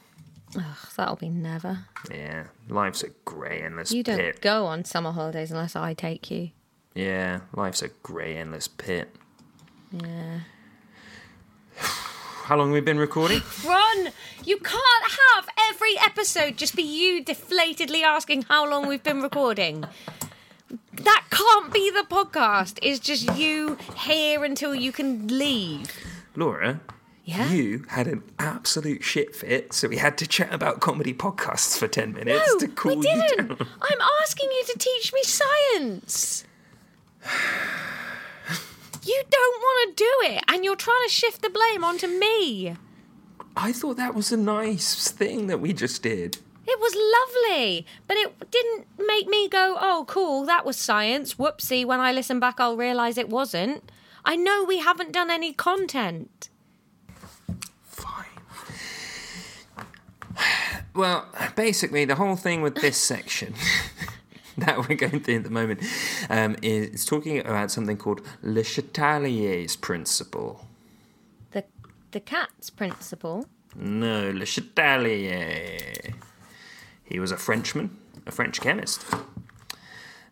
Ugh, that'll be never.
Yeah, life's a grey endless
You don't
pit.
go on summer holidays unless I take you.
Yeah, life's a grey endless pit.
Yeah.
How long have we been recording?
Ron, you can't have every episode just be you deflatedly asking how long we've been recording. That can't be the podcast. It's just you here until you can leave.
Laura,
Yeah?
you had an absolute shit fit, so we had to chat about comedy podcasts for 10 minutes
No,
to cool
we
you
didn't.
down.
I'm asking you to teach me science. You don't want to do it, and you're trying to shift the blame onto me.
I thought that was a nice thing that we just did.
It was lovely, but it didn't make me go, oh, cool, that was science. Whoopsie, when I listen back, I'll realise it wasn't. I know we haven't done any content.
Fine. Well, basically, the whole thing with this section that we're going through at the moment um, is it's talking about something called Le Chatelier's principle.
The, the cat's principle.
No, Le Chatelier. He was a Frenchman, a French chemist.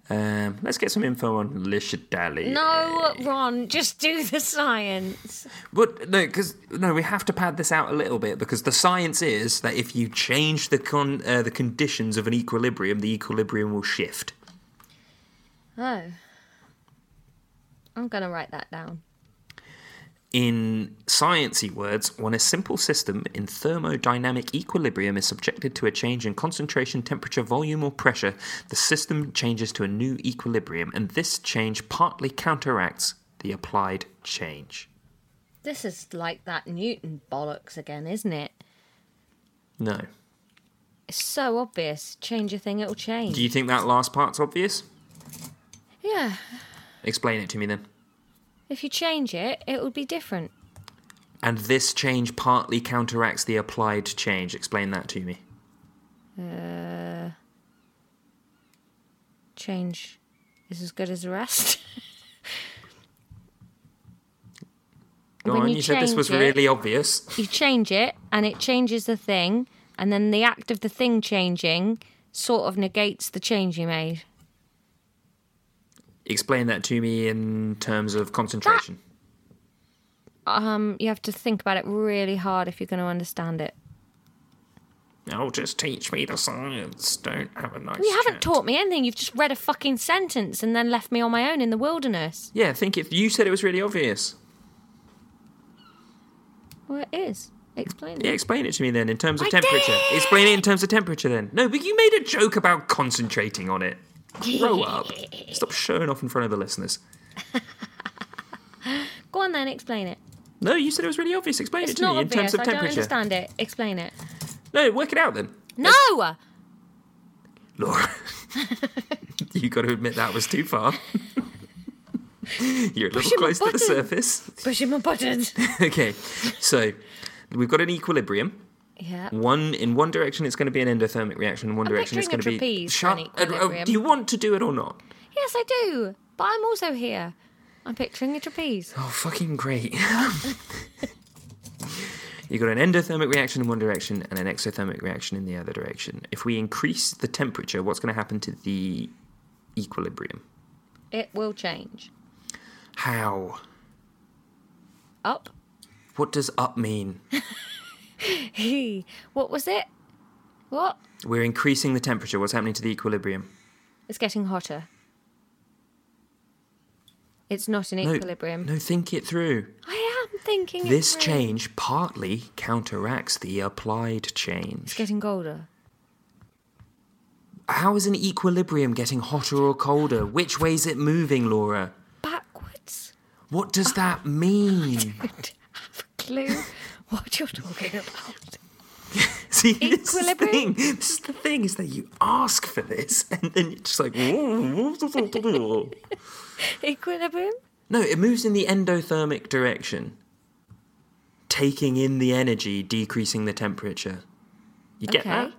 Um, let's get some info on Le Chatelier.
No, Ron, just do the science.
But no, because no, we have to pad this out a little bit because the science is that if you change the con- uh, the conditions of an equilibrium, the equilibrium will shift.
Oh. I'm going to write that down.
In sciencey words, when a simple system in thermodynamic equilibrium is subjected to a change in concentration, temperature, volume, or pressure, the system changes to a new equilibrium, and this change partly counteracts the applied change.
This is like that Newton bollocks again, isn't it?
No.
It's so obvious. Change a thing, it'll change.
Do you think that last part's obvious?
yeah.
Explain it to me then.
If you change it, it will be different.
And this change partly counteracts the applied change. Explain that to me.
Uh, change is as good as the rest.
Go
When
on,
you
you, said this
change
was
it-
really obvious.
you change it, and it changes the thing, and then the act of the thing changing sort of negates the change you made.
Explain that to me in terms of concentration.
Um, you have to think about it really hard if you're going to understand it.
Oh, just teach me the science. Don't have a nice.
You haven't
chat.
taught me anything. You've just read a fucking sentence and then left me on my own in the wilderness.
Yeah, I think if you said it was really obvious.
Well, it is. Explain it.
Yeah, explain it to me then in terms of
I
temperature. Explain it in terms of temperature then. No, but you made a joke about concentrating on it. Grow up. Stop showing off in front of the listeners.
Go on then, explain it.
No, you said it was really obvious. Explain
It's
it to
not
me in
obvious.
terms of
I don't
temperature.
understand it. Explain it.
No, work it out then.
No!
Laura, you got to admit that was too far. You're a little
Pushing my
close to the
button.
surface.
Pushing my buttons.
okay, so we've got an equilibrium.
Yeah.
One in one direction, it's going to be an endothermic reaction. In one direction, it's going
picturing a
to be
trapeze for an
Shut- uh, uh,
equilibrium.
Do you want to do it or not?
Yes, I do. But I'm also here. I'm picturing a trapeze.
Oh, fucking great! you got an endothermic reaction in one direction and an exothermic reaction in the other direction. If we increase the temperature, what's going to happen to the equilibrium?
It will change.
How?
Up.
What does up mean?
He. What was it? What?
We're increasing the temperature. What's happening to the equilibrium?
It's getting hotter. It's not an
No,
equilibrium.
No, think it through.
I am thinking. it
This
through.
change partly counteracts the applied
It's
change.
getting colder.
How is an equilibrium getting hotter or colder? Which way is it moving, Laura?
Backwards.
What does that mean?
Don't have a clue what you're talking about.
See, this is the thing.
Equilibrium?
This is the thing is that you ask for this, and then you're just like, no,
Equilibrium.
it moves in the endothermic direction, taking in the energy, decreasing the temperature. You get
okay.
that?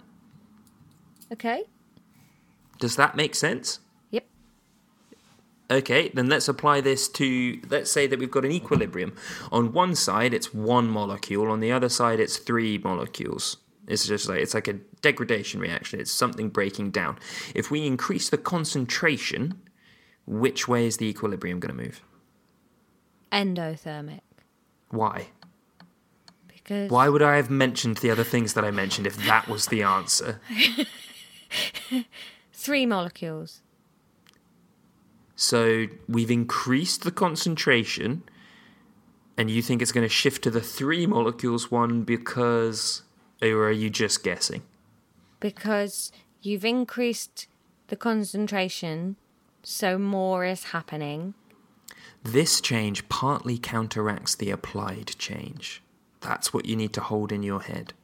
Okay.
Does that make sense?
Yep.
Okay, then let's apply this to, let's say that we've got an equilibrium. On one side, it's one molecule, on the other side, it's three molecules. It's just like, it's like a degradation reaction, it's something breaking down. If we increase the concentration, which way is the equilibrium going to move?
Endothermic.
Why?
Because
Why would I have mentioned the other things that I mentioned if that was the answer?
three molecules.
So we've increased the concentration, and you think it's going to shift to the three molecules one because, or are you just guessing?
because you've increased the concentration, so more is happening.
This change partly counteracts the applied change. That's what you need to hold in your head.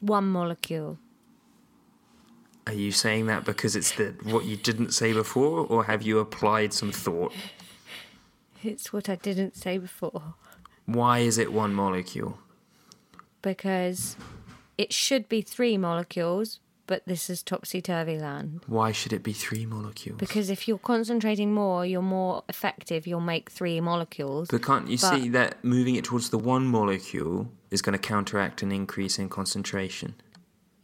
One molecule.
Are you saying that because it's the what you didn't say before, or have you applied some thought?
It's what I didn't say before.
Why is it one molecule?
Because it should be three molecules, but this is topsy turvy land.
Why should it be three molecules?
Because if you're concentrating more, you're more effective, you'll make three molecules.
But can't you
But-
see that moving it towards the one molecule is going to counteract an increase in concentration?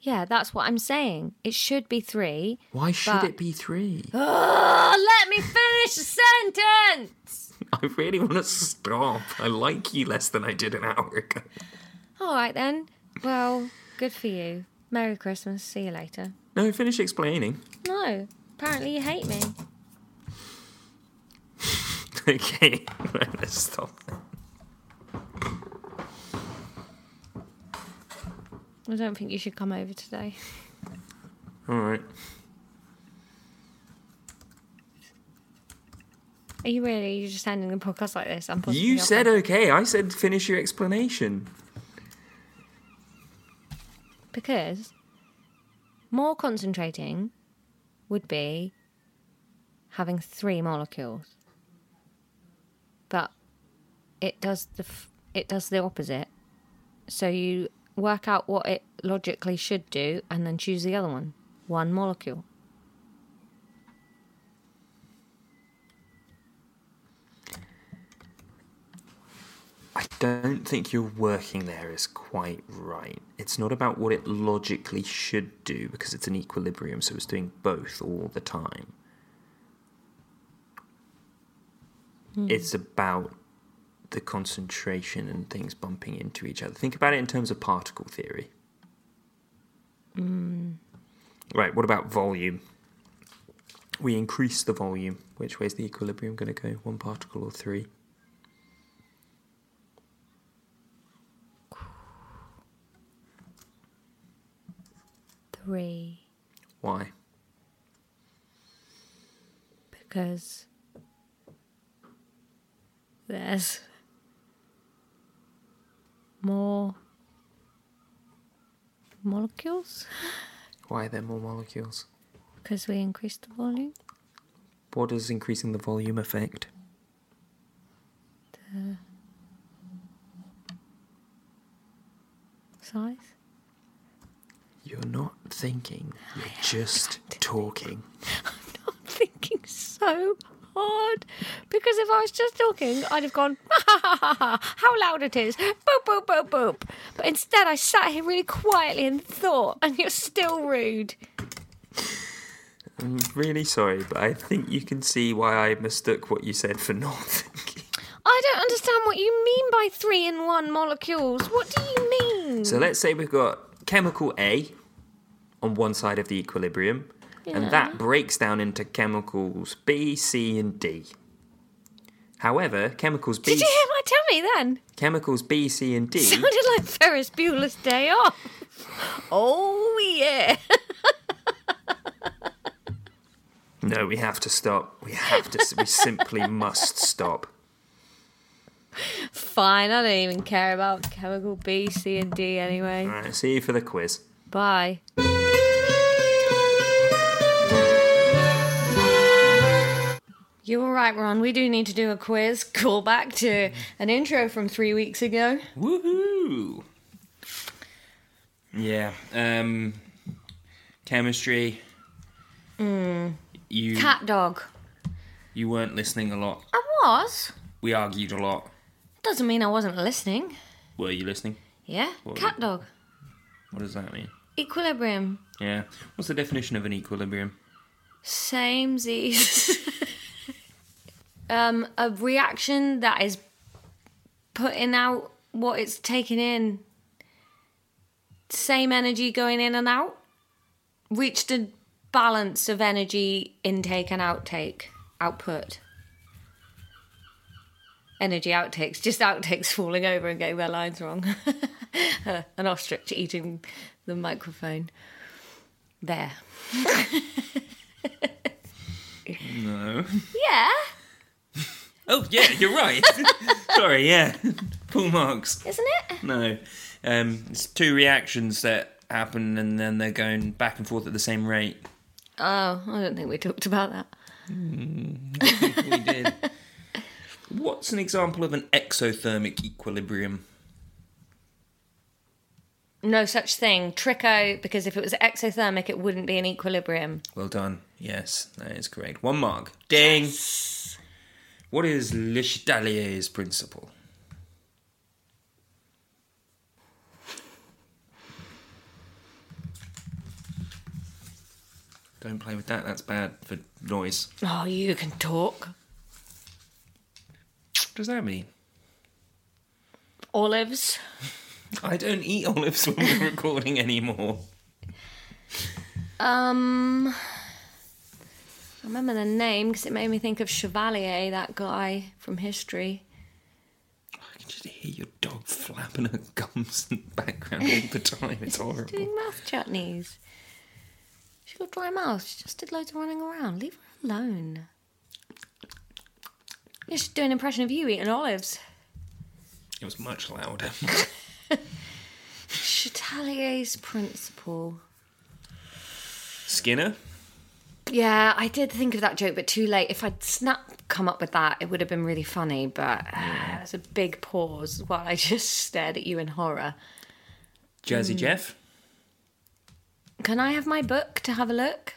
yeah, that's what I'm saying. It should be three.
Why should
But-
it be three?
Oh, let me finish the sentence!
I really want to stop. I like you less than I did an hour ago.
All right then. Well, good for you. Merry Christmas. See you later.
No, finish explaining.
No, apparently you hate me.
Okay, right, let's stop.
I don't think you should come over today.
All right.
Are you really? You're just ending the podcast like this? I'm possibly
You
not-
said okay. I said finish your explanation.
because more concentrating would be having three molecules, but it does the f- it does the opposite. So you work out what it logically should do, and then choose the other one, one molecule.
I don't think your working there is quite right. It's not about what it logically should do because it's an equilibrium, so it's doing both all the time. It's about the concentration and things bumping into each other. Think about it in terms of particle theory. Right, what about volume? We increase the volume. Which way's the equilibrium going to go? One particle or three?
Three.
Why?
because there's more molecules
Why are there more molecules?
because we increased the volume.
What does increasing the volume affect?
size.
You're not thinking, you're just talking.
I'm thinking so hard because if I was just talking, I'd have gone, ha ha ha ha, ha, how loud it is, boop, boop, boop, boop. But instead, I sat here really quietly and thought, and you're still rude.
I'm really sorry, but I think you can see why I mistook what you said for not thinking.
I don't understand what you mean by three in one molecules. What do you mean?
So let's say we've got chemical A on one side of the equilibrium, and that breaks down into chemicals B, C, and D. However, chemicals B,
Did you hear my tummy then?
chemicals B, C, and D.
Sounded like Ferris Bueller's Day Off. Oh yeah.
No, we have to stop. We have to. we simply must stop.
Fine, I don't even care about chemical B, C, and D anyway.
All right, see you for the quiz.
Bye. You're all right, Ron. We do need to do a quiz. Call back to an intro from three weeks ago.
Woohoo! Yeah. Um, chemistry. You
Cat dog.
you weren't listening a lot.
I was.
We argued a lot.
Doesn't mean I wasn't listening.
Were you listening?
Yeah.
What?
Cat dog.
What does that mean?
Equilibrium.
Yeah. What's the definition of an equilibrium?
Same Z's. um, a reaction that is putting out what it's taking in. Same energy going in and out. Reached a balance of energy intake and outtake. Output. Energy outtakes, just outtakes falling over and getting their lines wrong. An ostrich eating the microphone. There.
No.
Yeah.
Oh yeah, you're right. Sorry. Yeah. Full marks.
Isn't it?
No. Um, it's two reactions that happen and then they're going back and forth at the same rate.
Oh, I don't think we talked about that.
We did. What's an example of an exothermic equilibrium?
No such thing. Tricho, because if it was exothermic, it wouldn't be an equilibrium.
Well done. Yes, that is correct. One mark. Ding. What is Le Chatelier's principle? Don't play with that. That's bad for noise.
Oh, you can talk.
What does that mean?
Olives.
I don't eat olives when we're recording anymore.
Um, I remember the name because it made me think of Chevalier, that guy from history.
I can just hear your dog flapping her gums in the background all the time. It's horrible.
Doing mouth chutneys. She got dry mouth. She just did loads of running around. Leave her alone. You should do an impression of you eating olives.
It was much louder.
Chatelier's principle.
Skinner?
Yeah, I did think of that joke, but too late. If I'd snap come up with that, it would have been really funny. But uh, there's a big pause while I just stared at you in horror.
Jazzy Jeff?
Can I have my book to have a look?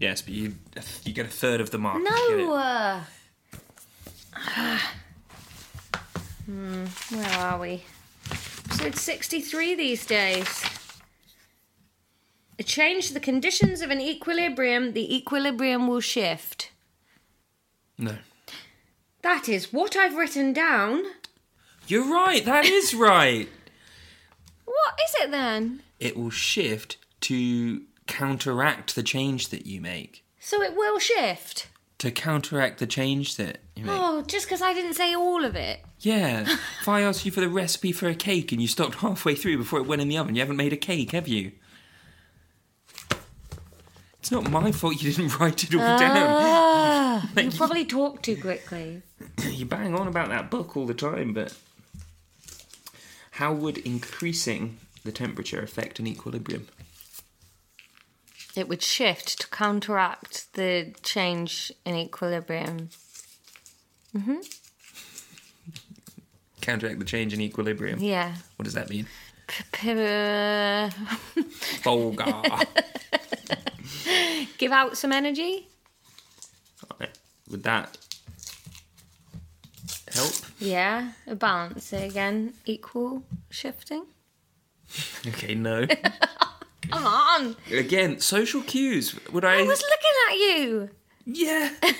Yes, but you you get a third of the mark. You
No.
get it.
uh, hmm, where are we? Episode 63 these days. Change the conditions of an equilibrium, the equilibrium will shift.
No.
That is what I've written down.
You're right. That is right.
What is it then?
It will shift to counteract the change that you make.
So it will shift.
To counteract the change that you make.
Oh, just because I didn't say all of it.
Yeah. if I asked you for the recipe for a cake and you stopped halfway through before it went in the oven, you haven't made a cake, have you? It's not my fault you didn't write it all
Uh.
down.
Ah, You probably talked too quickly.
You bang on about that book all the time, but how would increasing the temperature affect an equilibrium?
It would shift to counteract the change in equilibrium.
Counteract the change in equilibrium.
Yeah.
What does that mean?
p-
Bulgar.
give out some energy.
Would that help?
Yeah, balance it again. Equal shifting.
Okay, no.
Come on,
Again, social cues. Would I?
I was looking at you.
Yeah.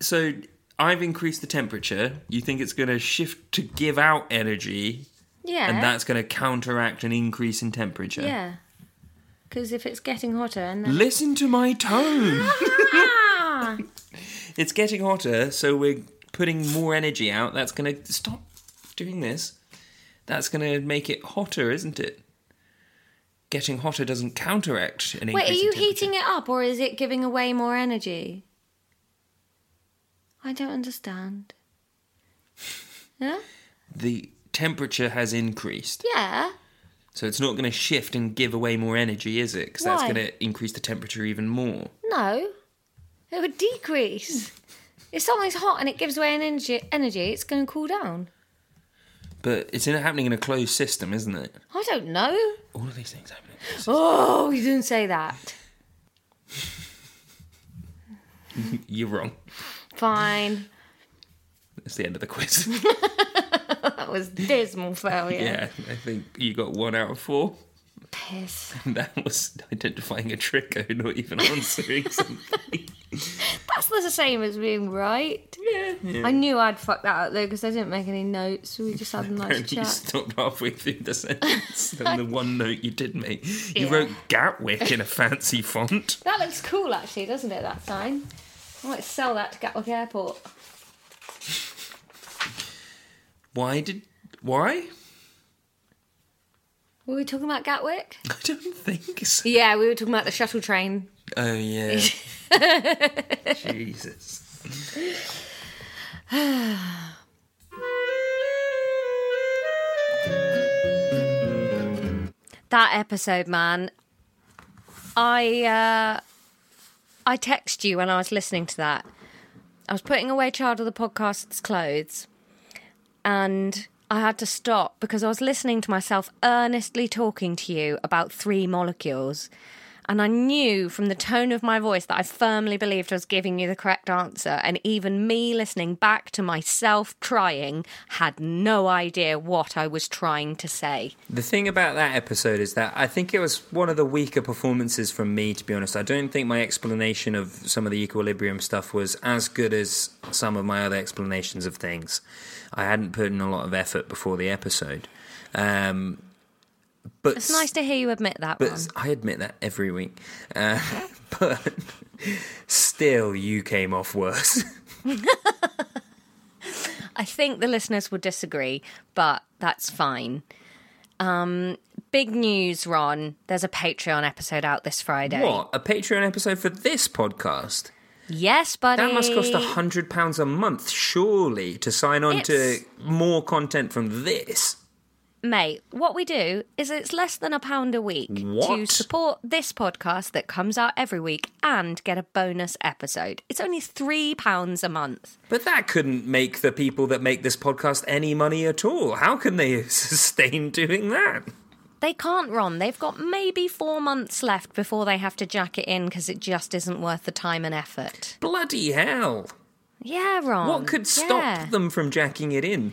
so I've increased the temperature. You think it's going to shift to give out energy,
Yeah.
and that's going to counteract an increase in temperature.
yeah. Because if it's getting hotter and then
Listen to my tone.
ah,
it's getting hotter, so we're putting more energy out. That's going to stop doing this. That's going to make it hotter, isn't it? Getting hotter doesn't counteract an
wait,
increase
are
in
you
temperature.
heating it up or is it giving away more energy? I don't understand. Yeah.
The temperature has increased.
Yeah.
So it's not going to shift and give away more energy, is it? Because that's
Why?
going to increase the temperature even more.
No, it would decrease. if something's hot and it gives away an energy, energy, it's going to cool down.
But it's in, happening in a closed system, isn't it?
I don't know.
All of these things happening.
Oh, you didn't say that.
You're wrong.
Fine.
That's the end of the quiz.
That was dismal failure.
yeah, I think you got one out of four.
Piss.
And that was identifying a trick, not even answering something.
That's the same as being right. Yeah. I knew I'd fuck that up though because I didn't make any notes. We just had a nice
Apparently you
chat.
stopped halfway through the sentence. and the one note you did make. You wrote Gatwick in a fancy font.
That looks cool actually, doesn't it? That sign. I might sell that to Gatwick Airport.
Why did. Why?
Were we talking about Gatwick?
I don't think so.
Yeah, we were talking about the shuttle train.
Oh yeah. Jesus.
that episode, man. I uh, I text you when I was listening to that. I was putting away Child of the Podcast's clothes, and I had to stop because I was listening to myself earnestly talking to you about three molecules. And I knew from the tone of my voice that I firmly believed I was giving you the correct answer. And even me listening back to myself trying had no idea what I was trying to say.
The thing about that episode is that I think it was one of the weaker performances from me. To be honest, I don't think my explanation of some of the equilibrium stuff was as good as some of my other explanations of things. I hadn't put in a lot of effort before the episode, um, but
It's nice to hear you admit that
But
one.
I admit that every week. Uh, but still, you came off worse.
I think the listeners will disagree, but that's fine. Um, big news, Ron. There's a Patreon episode out this Friday.
What? A Patreon episode for this podcast?
Yes, buddy.
That must cost a
Uh,
hundred pounds a month, surely, to sign on to
It's-
more content from this.
Mate, what we do is it's less than a pound a week to
What?
support this podcast that comes out every week and get a bonus episode. It's only three pounds a month.
But that couldn't make the people that make this podcast any money at all. How can they sustain doing that?
They can't, Ron. They've got maybe four months left before they have to jack it in because it just isn't worth the time and effort.
Bloody hell.
Yeah, Ron.
What could stop
Um, yeah.
them from jacking it in?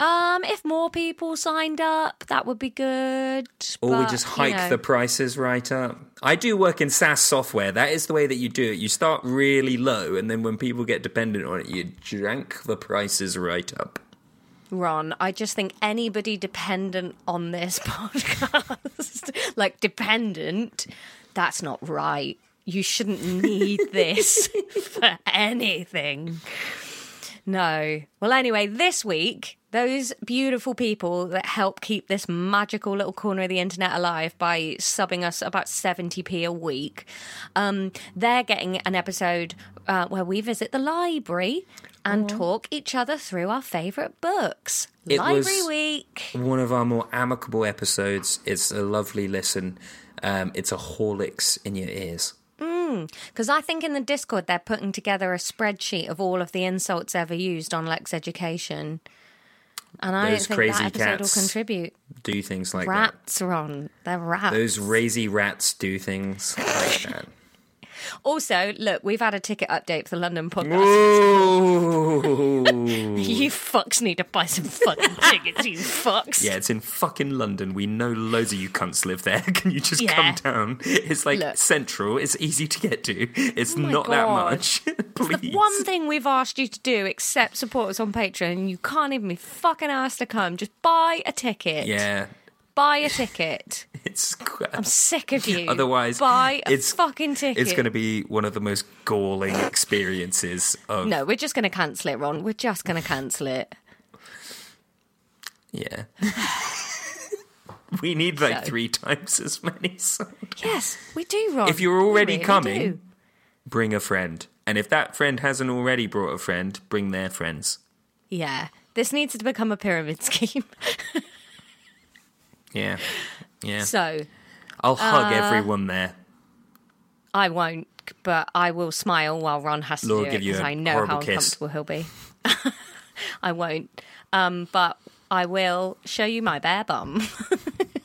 Um, if more people signed up, that would be good.
Or we
but,
just
you
hike
know.
the prices right up. I do work in SaaS software. That is the way that you do it. You start really low, and then when people get dependent on it, you jank the prices right up.
Ron. I just think anybody dependent on this podcast, like dependent, that's not right. You shouldn't need this for anything. No. Well, anyway, this week, those beautiful people that help keep this magical little corner of the internet alive by subbing us about 70p a week, um, they're getting an episode uh, where we visit the library and talk each other through our favourite books.
It was-
library week.
One of our more amicable episodes. It's a lovely listen. Um, it's a Horlicks in your ears.
Because I think in the Discord, they're putting together a spreadsheet of all of the insults ever used on Lex Education. and I
Those
don't think
crazy
that episode
cats.
will contribute.
do things like that.
Rats are on. They're rats.
Those crazy rats do things like that.
Also, look, we've had a ticket update for the London podcast.
Ooh.
You fucks need to buy some fucking tickets, you fucks.
Yeah, it's in fucking London. We know loads of you cunts live there. Can you just
Yeah.
come down? It's like
Look. Oh
central. It's easy to get to. It's not that
God.
much. Please.
The one thing we've asked you to do, except support us on Patreon, and you can't even be fucking asked to come. Just buy a ticket.
yeah,
Buy a ticket.
it's.
I'm sick of you.
Otherwise,
buy a
it's
fucking ticket.
It's going to be one of the most galling experiences of.
No, we're just going to cancel it, Ron. We're just going to cancel it.
Yeah. we need like three times as many. So.
Yes, we do, Ron.
If you're already
We really
coming,
do.
bring a friend. And if that friend hasn't already brought a friend, bring their friends.
Yeah. This needs to become a pyramid scheme.
Yeah. Yeah.
so
I'll hug everyone there.
I won't, but I will smile while Ron has to
Laura
do it
give you
because
a
I know
horrible
how
kiss.
uncomfortable he'll be. I won't, um, but I will show you my bare bum.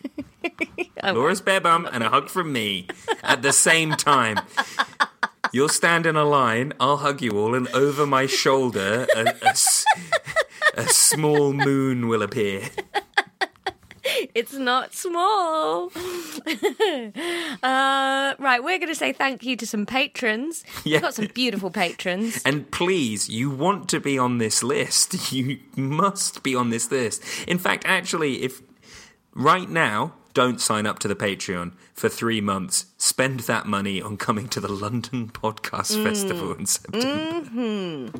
Laura's bare bum and a hug from me at the same time. You'll stand in a line, I'll hug you all, and over my shoulder, a, a s- a small moon will appear.
it's not small. uh, right, we're going to say thank you to some patrons.
Yeah.
We've got some beautiful patrons.
And please, you want to be on this list. You must be on this list. In fact, actually, if right now, don't sign up to the Patreon for three months. Spend that money on coming to the London Podcast Festival in September.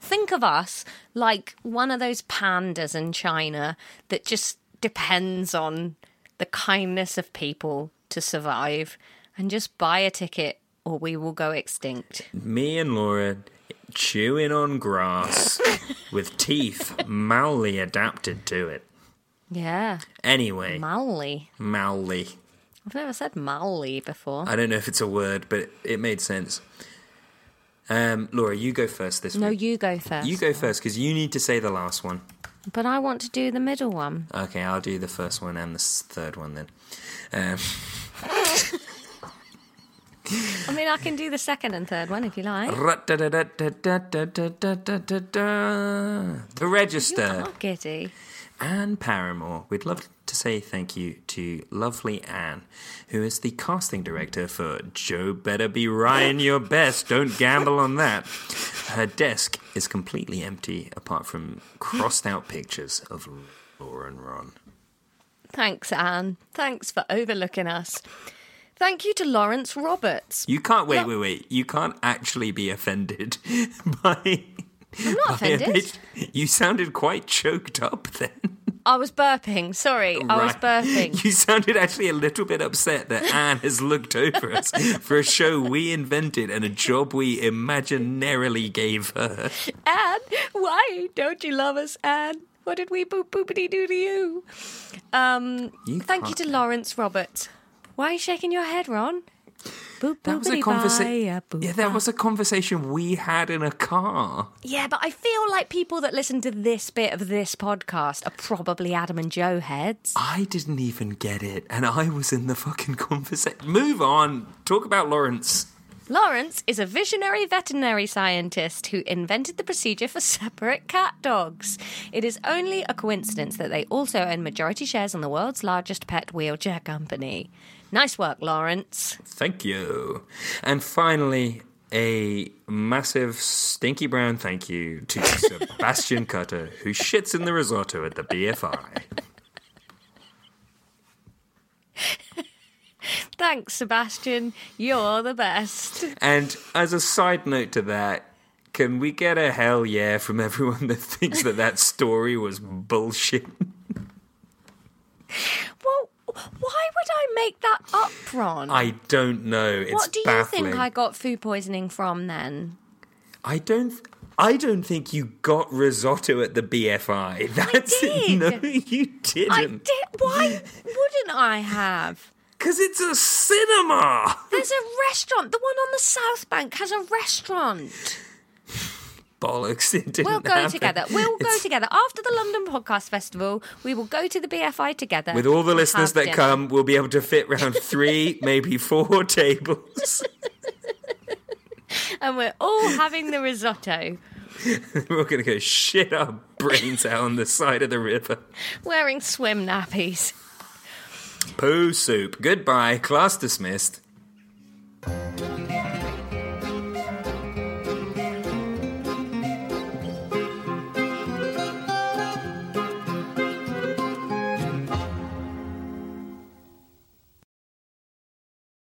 Think of us like one of those pandas in China that just depends on the kindness of people to survive and just buy a ticket or we will go extinct.
Me and Laura chewing on grass with teeth mildly adapted to it.
Yeah.
Anyway,
Maoli.
mildly.
I've never said Maoli before.
I don't know if it's a word, but it made sense. Um, Laura, you go first this
No,
week.
you go first.
You go first because you need to say the last one.
But I want to do the middle one.
Okay, I'll do the first one and the s- third one then. Um,
I mean, I can do the second and third one if you like.
the Register
Oh, giddy.
Anne Paramore. We'd love to say thank you to lovely Anne, who is the casting director for Joe Better Be Ryan Your Best. Don't gamble on that. Her desk is completely empty apart from crossed out pictures of Laura and Ron.
Thanks, Anne. Thanks for overlooking us. Thank you to Lawrence Roberts.
You can't wait, wait, wait. You can't actually be offended by. I'm
not offended.
You sounded quite choked up then.
I was burping. Sorry, I was
Right.
burping.
You sounded actually a little bit upset that Anne has looked over us for a show we invented and a job we imaginarily gave her.
Anne, why don't you love us, Anne? What did we boop boopity do to you? Um,
You
thank you
can't-
to Lawrence Roberts. Why are you shaking your head, Ron? Boop
That was a
boopity
conversation.
bye, boop
Yeah, that was a conversation we had in a car.
Yeah, but I feel like people that listen to this bit of this podcast are probably Adam and Joe heads.
I didn't even get it, and I was in the fucking conversation. Move on. Talk about Lawrence.
Lawrence is a visionary veterinary scientist who invented the procedure for separate cat dogs. It is only a coincidence that they also own majority shares in the world's largest pet wheelchair company. Nice work, Lawrence.
Thank you. And finally, a massive stinky brown thank you to Sebastian Cutter, who shits in the risotto at the BFI.
Thanks, Sebastian. You're the best.
And as a side note to that, can we get a hell yeah from everyone that thinks that that story was bullshit?
Well, why would I make that up, Ron?
I don't know. It's
what do you
baffling.
think I got food poisoning from then?
I don't. I don't think you got risotto at the BFI. That's
did.
no, you
I
didn't.
did. Why wouldn't I have?
Because it's a cinema.
There's a restaurant. The one on the South Bank has a restaurant.
bollocks. It didn't
We'll go
happen.
together. We'll go
It's-
together after the London Podcast Festival. We will go to the BFI together
With all the
and
listeners
have
that
dinner.
come, we'll be able to fit round three, maybe four tables.
and we're all having the risotto,
We're all going to go shit our brains out on the side of the river.
wearing swim nappies.
Poo soup. Goodbye. Class dismissed.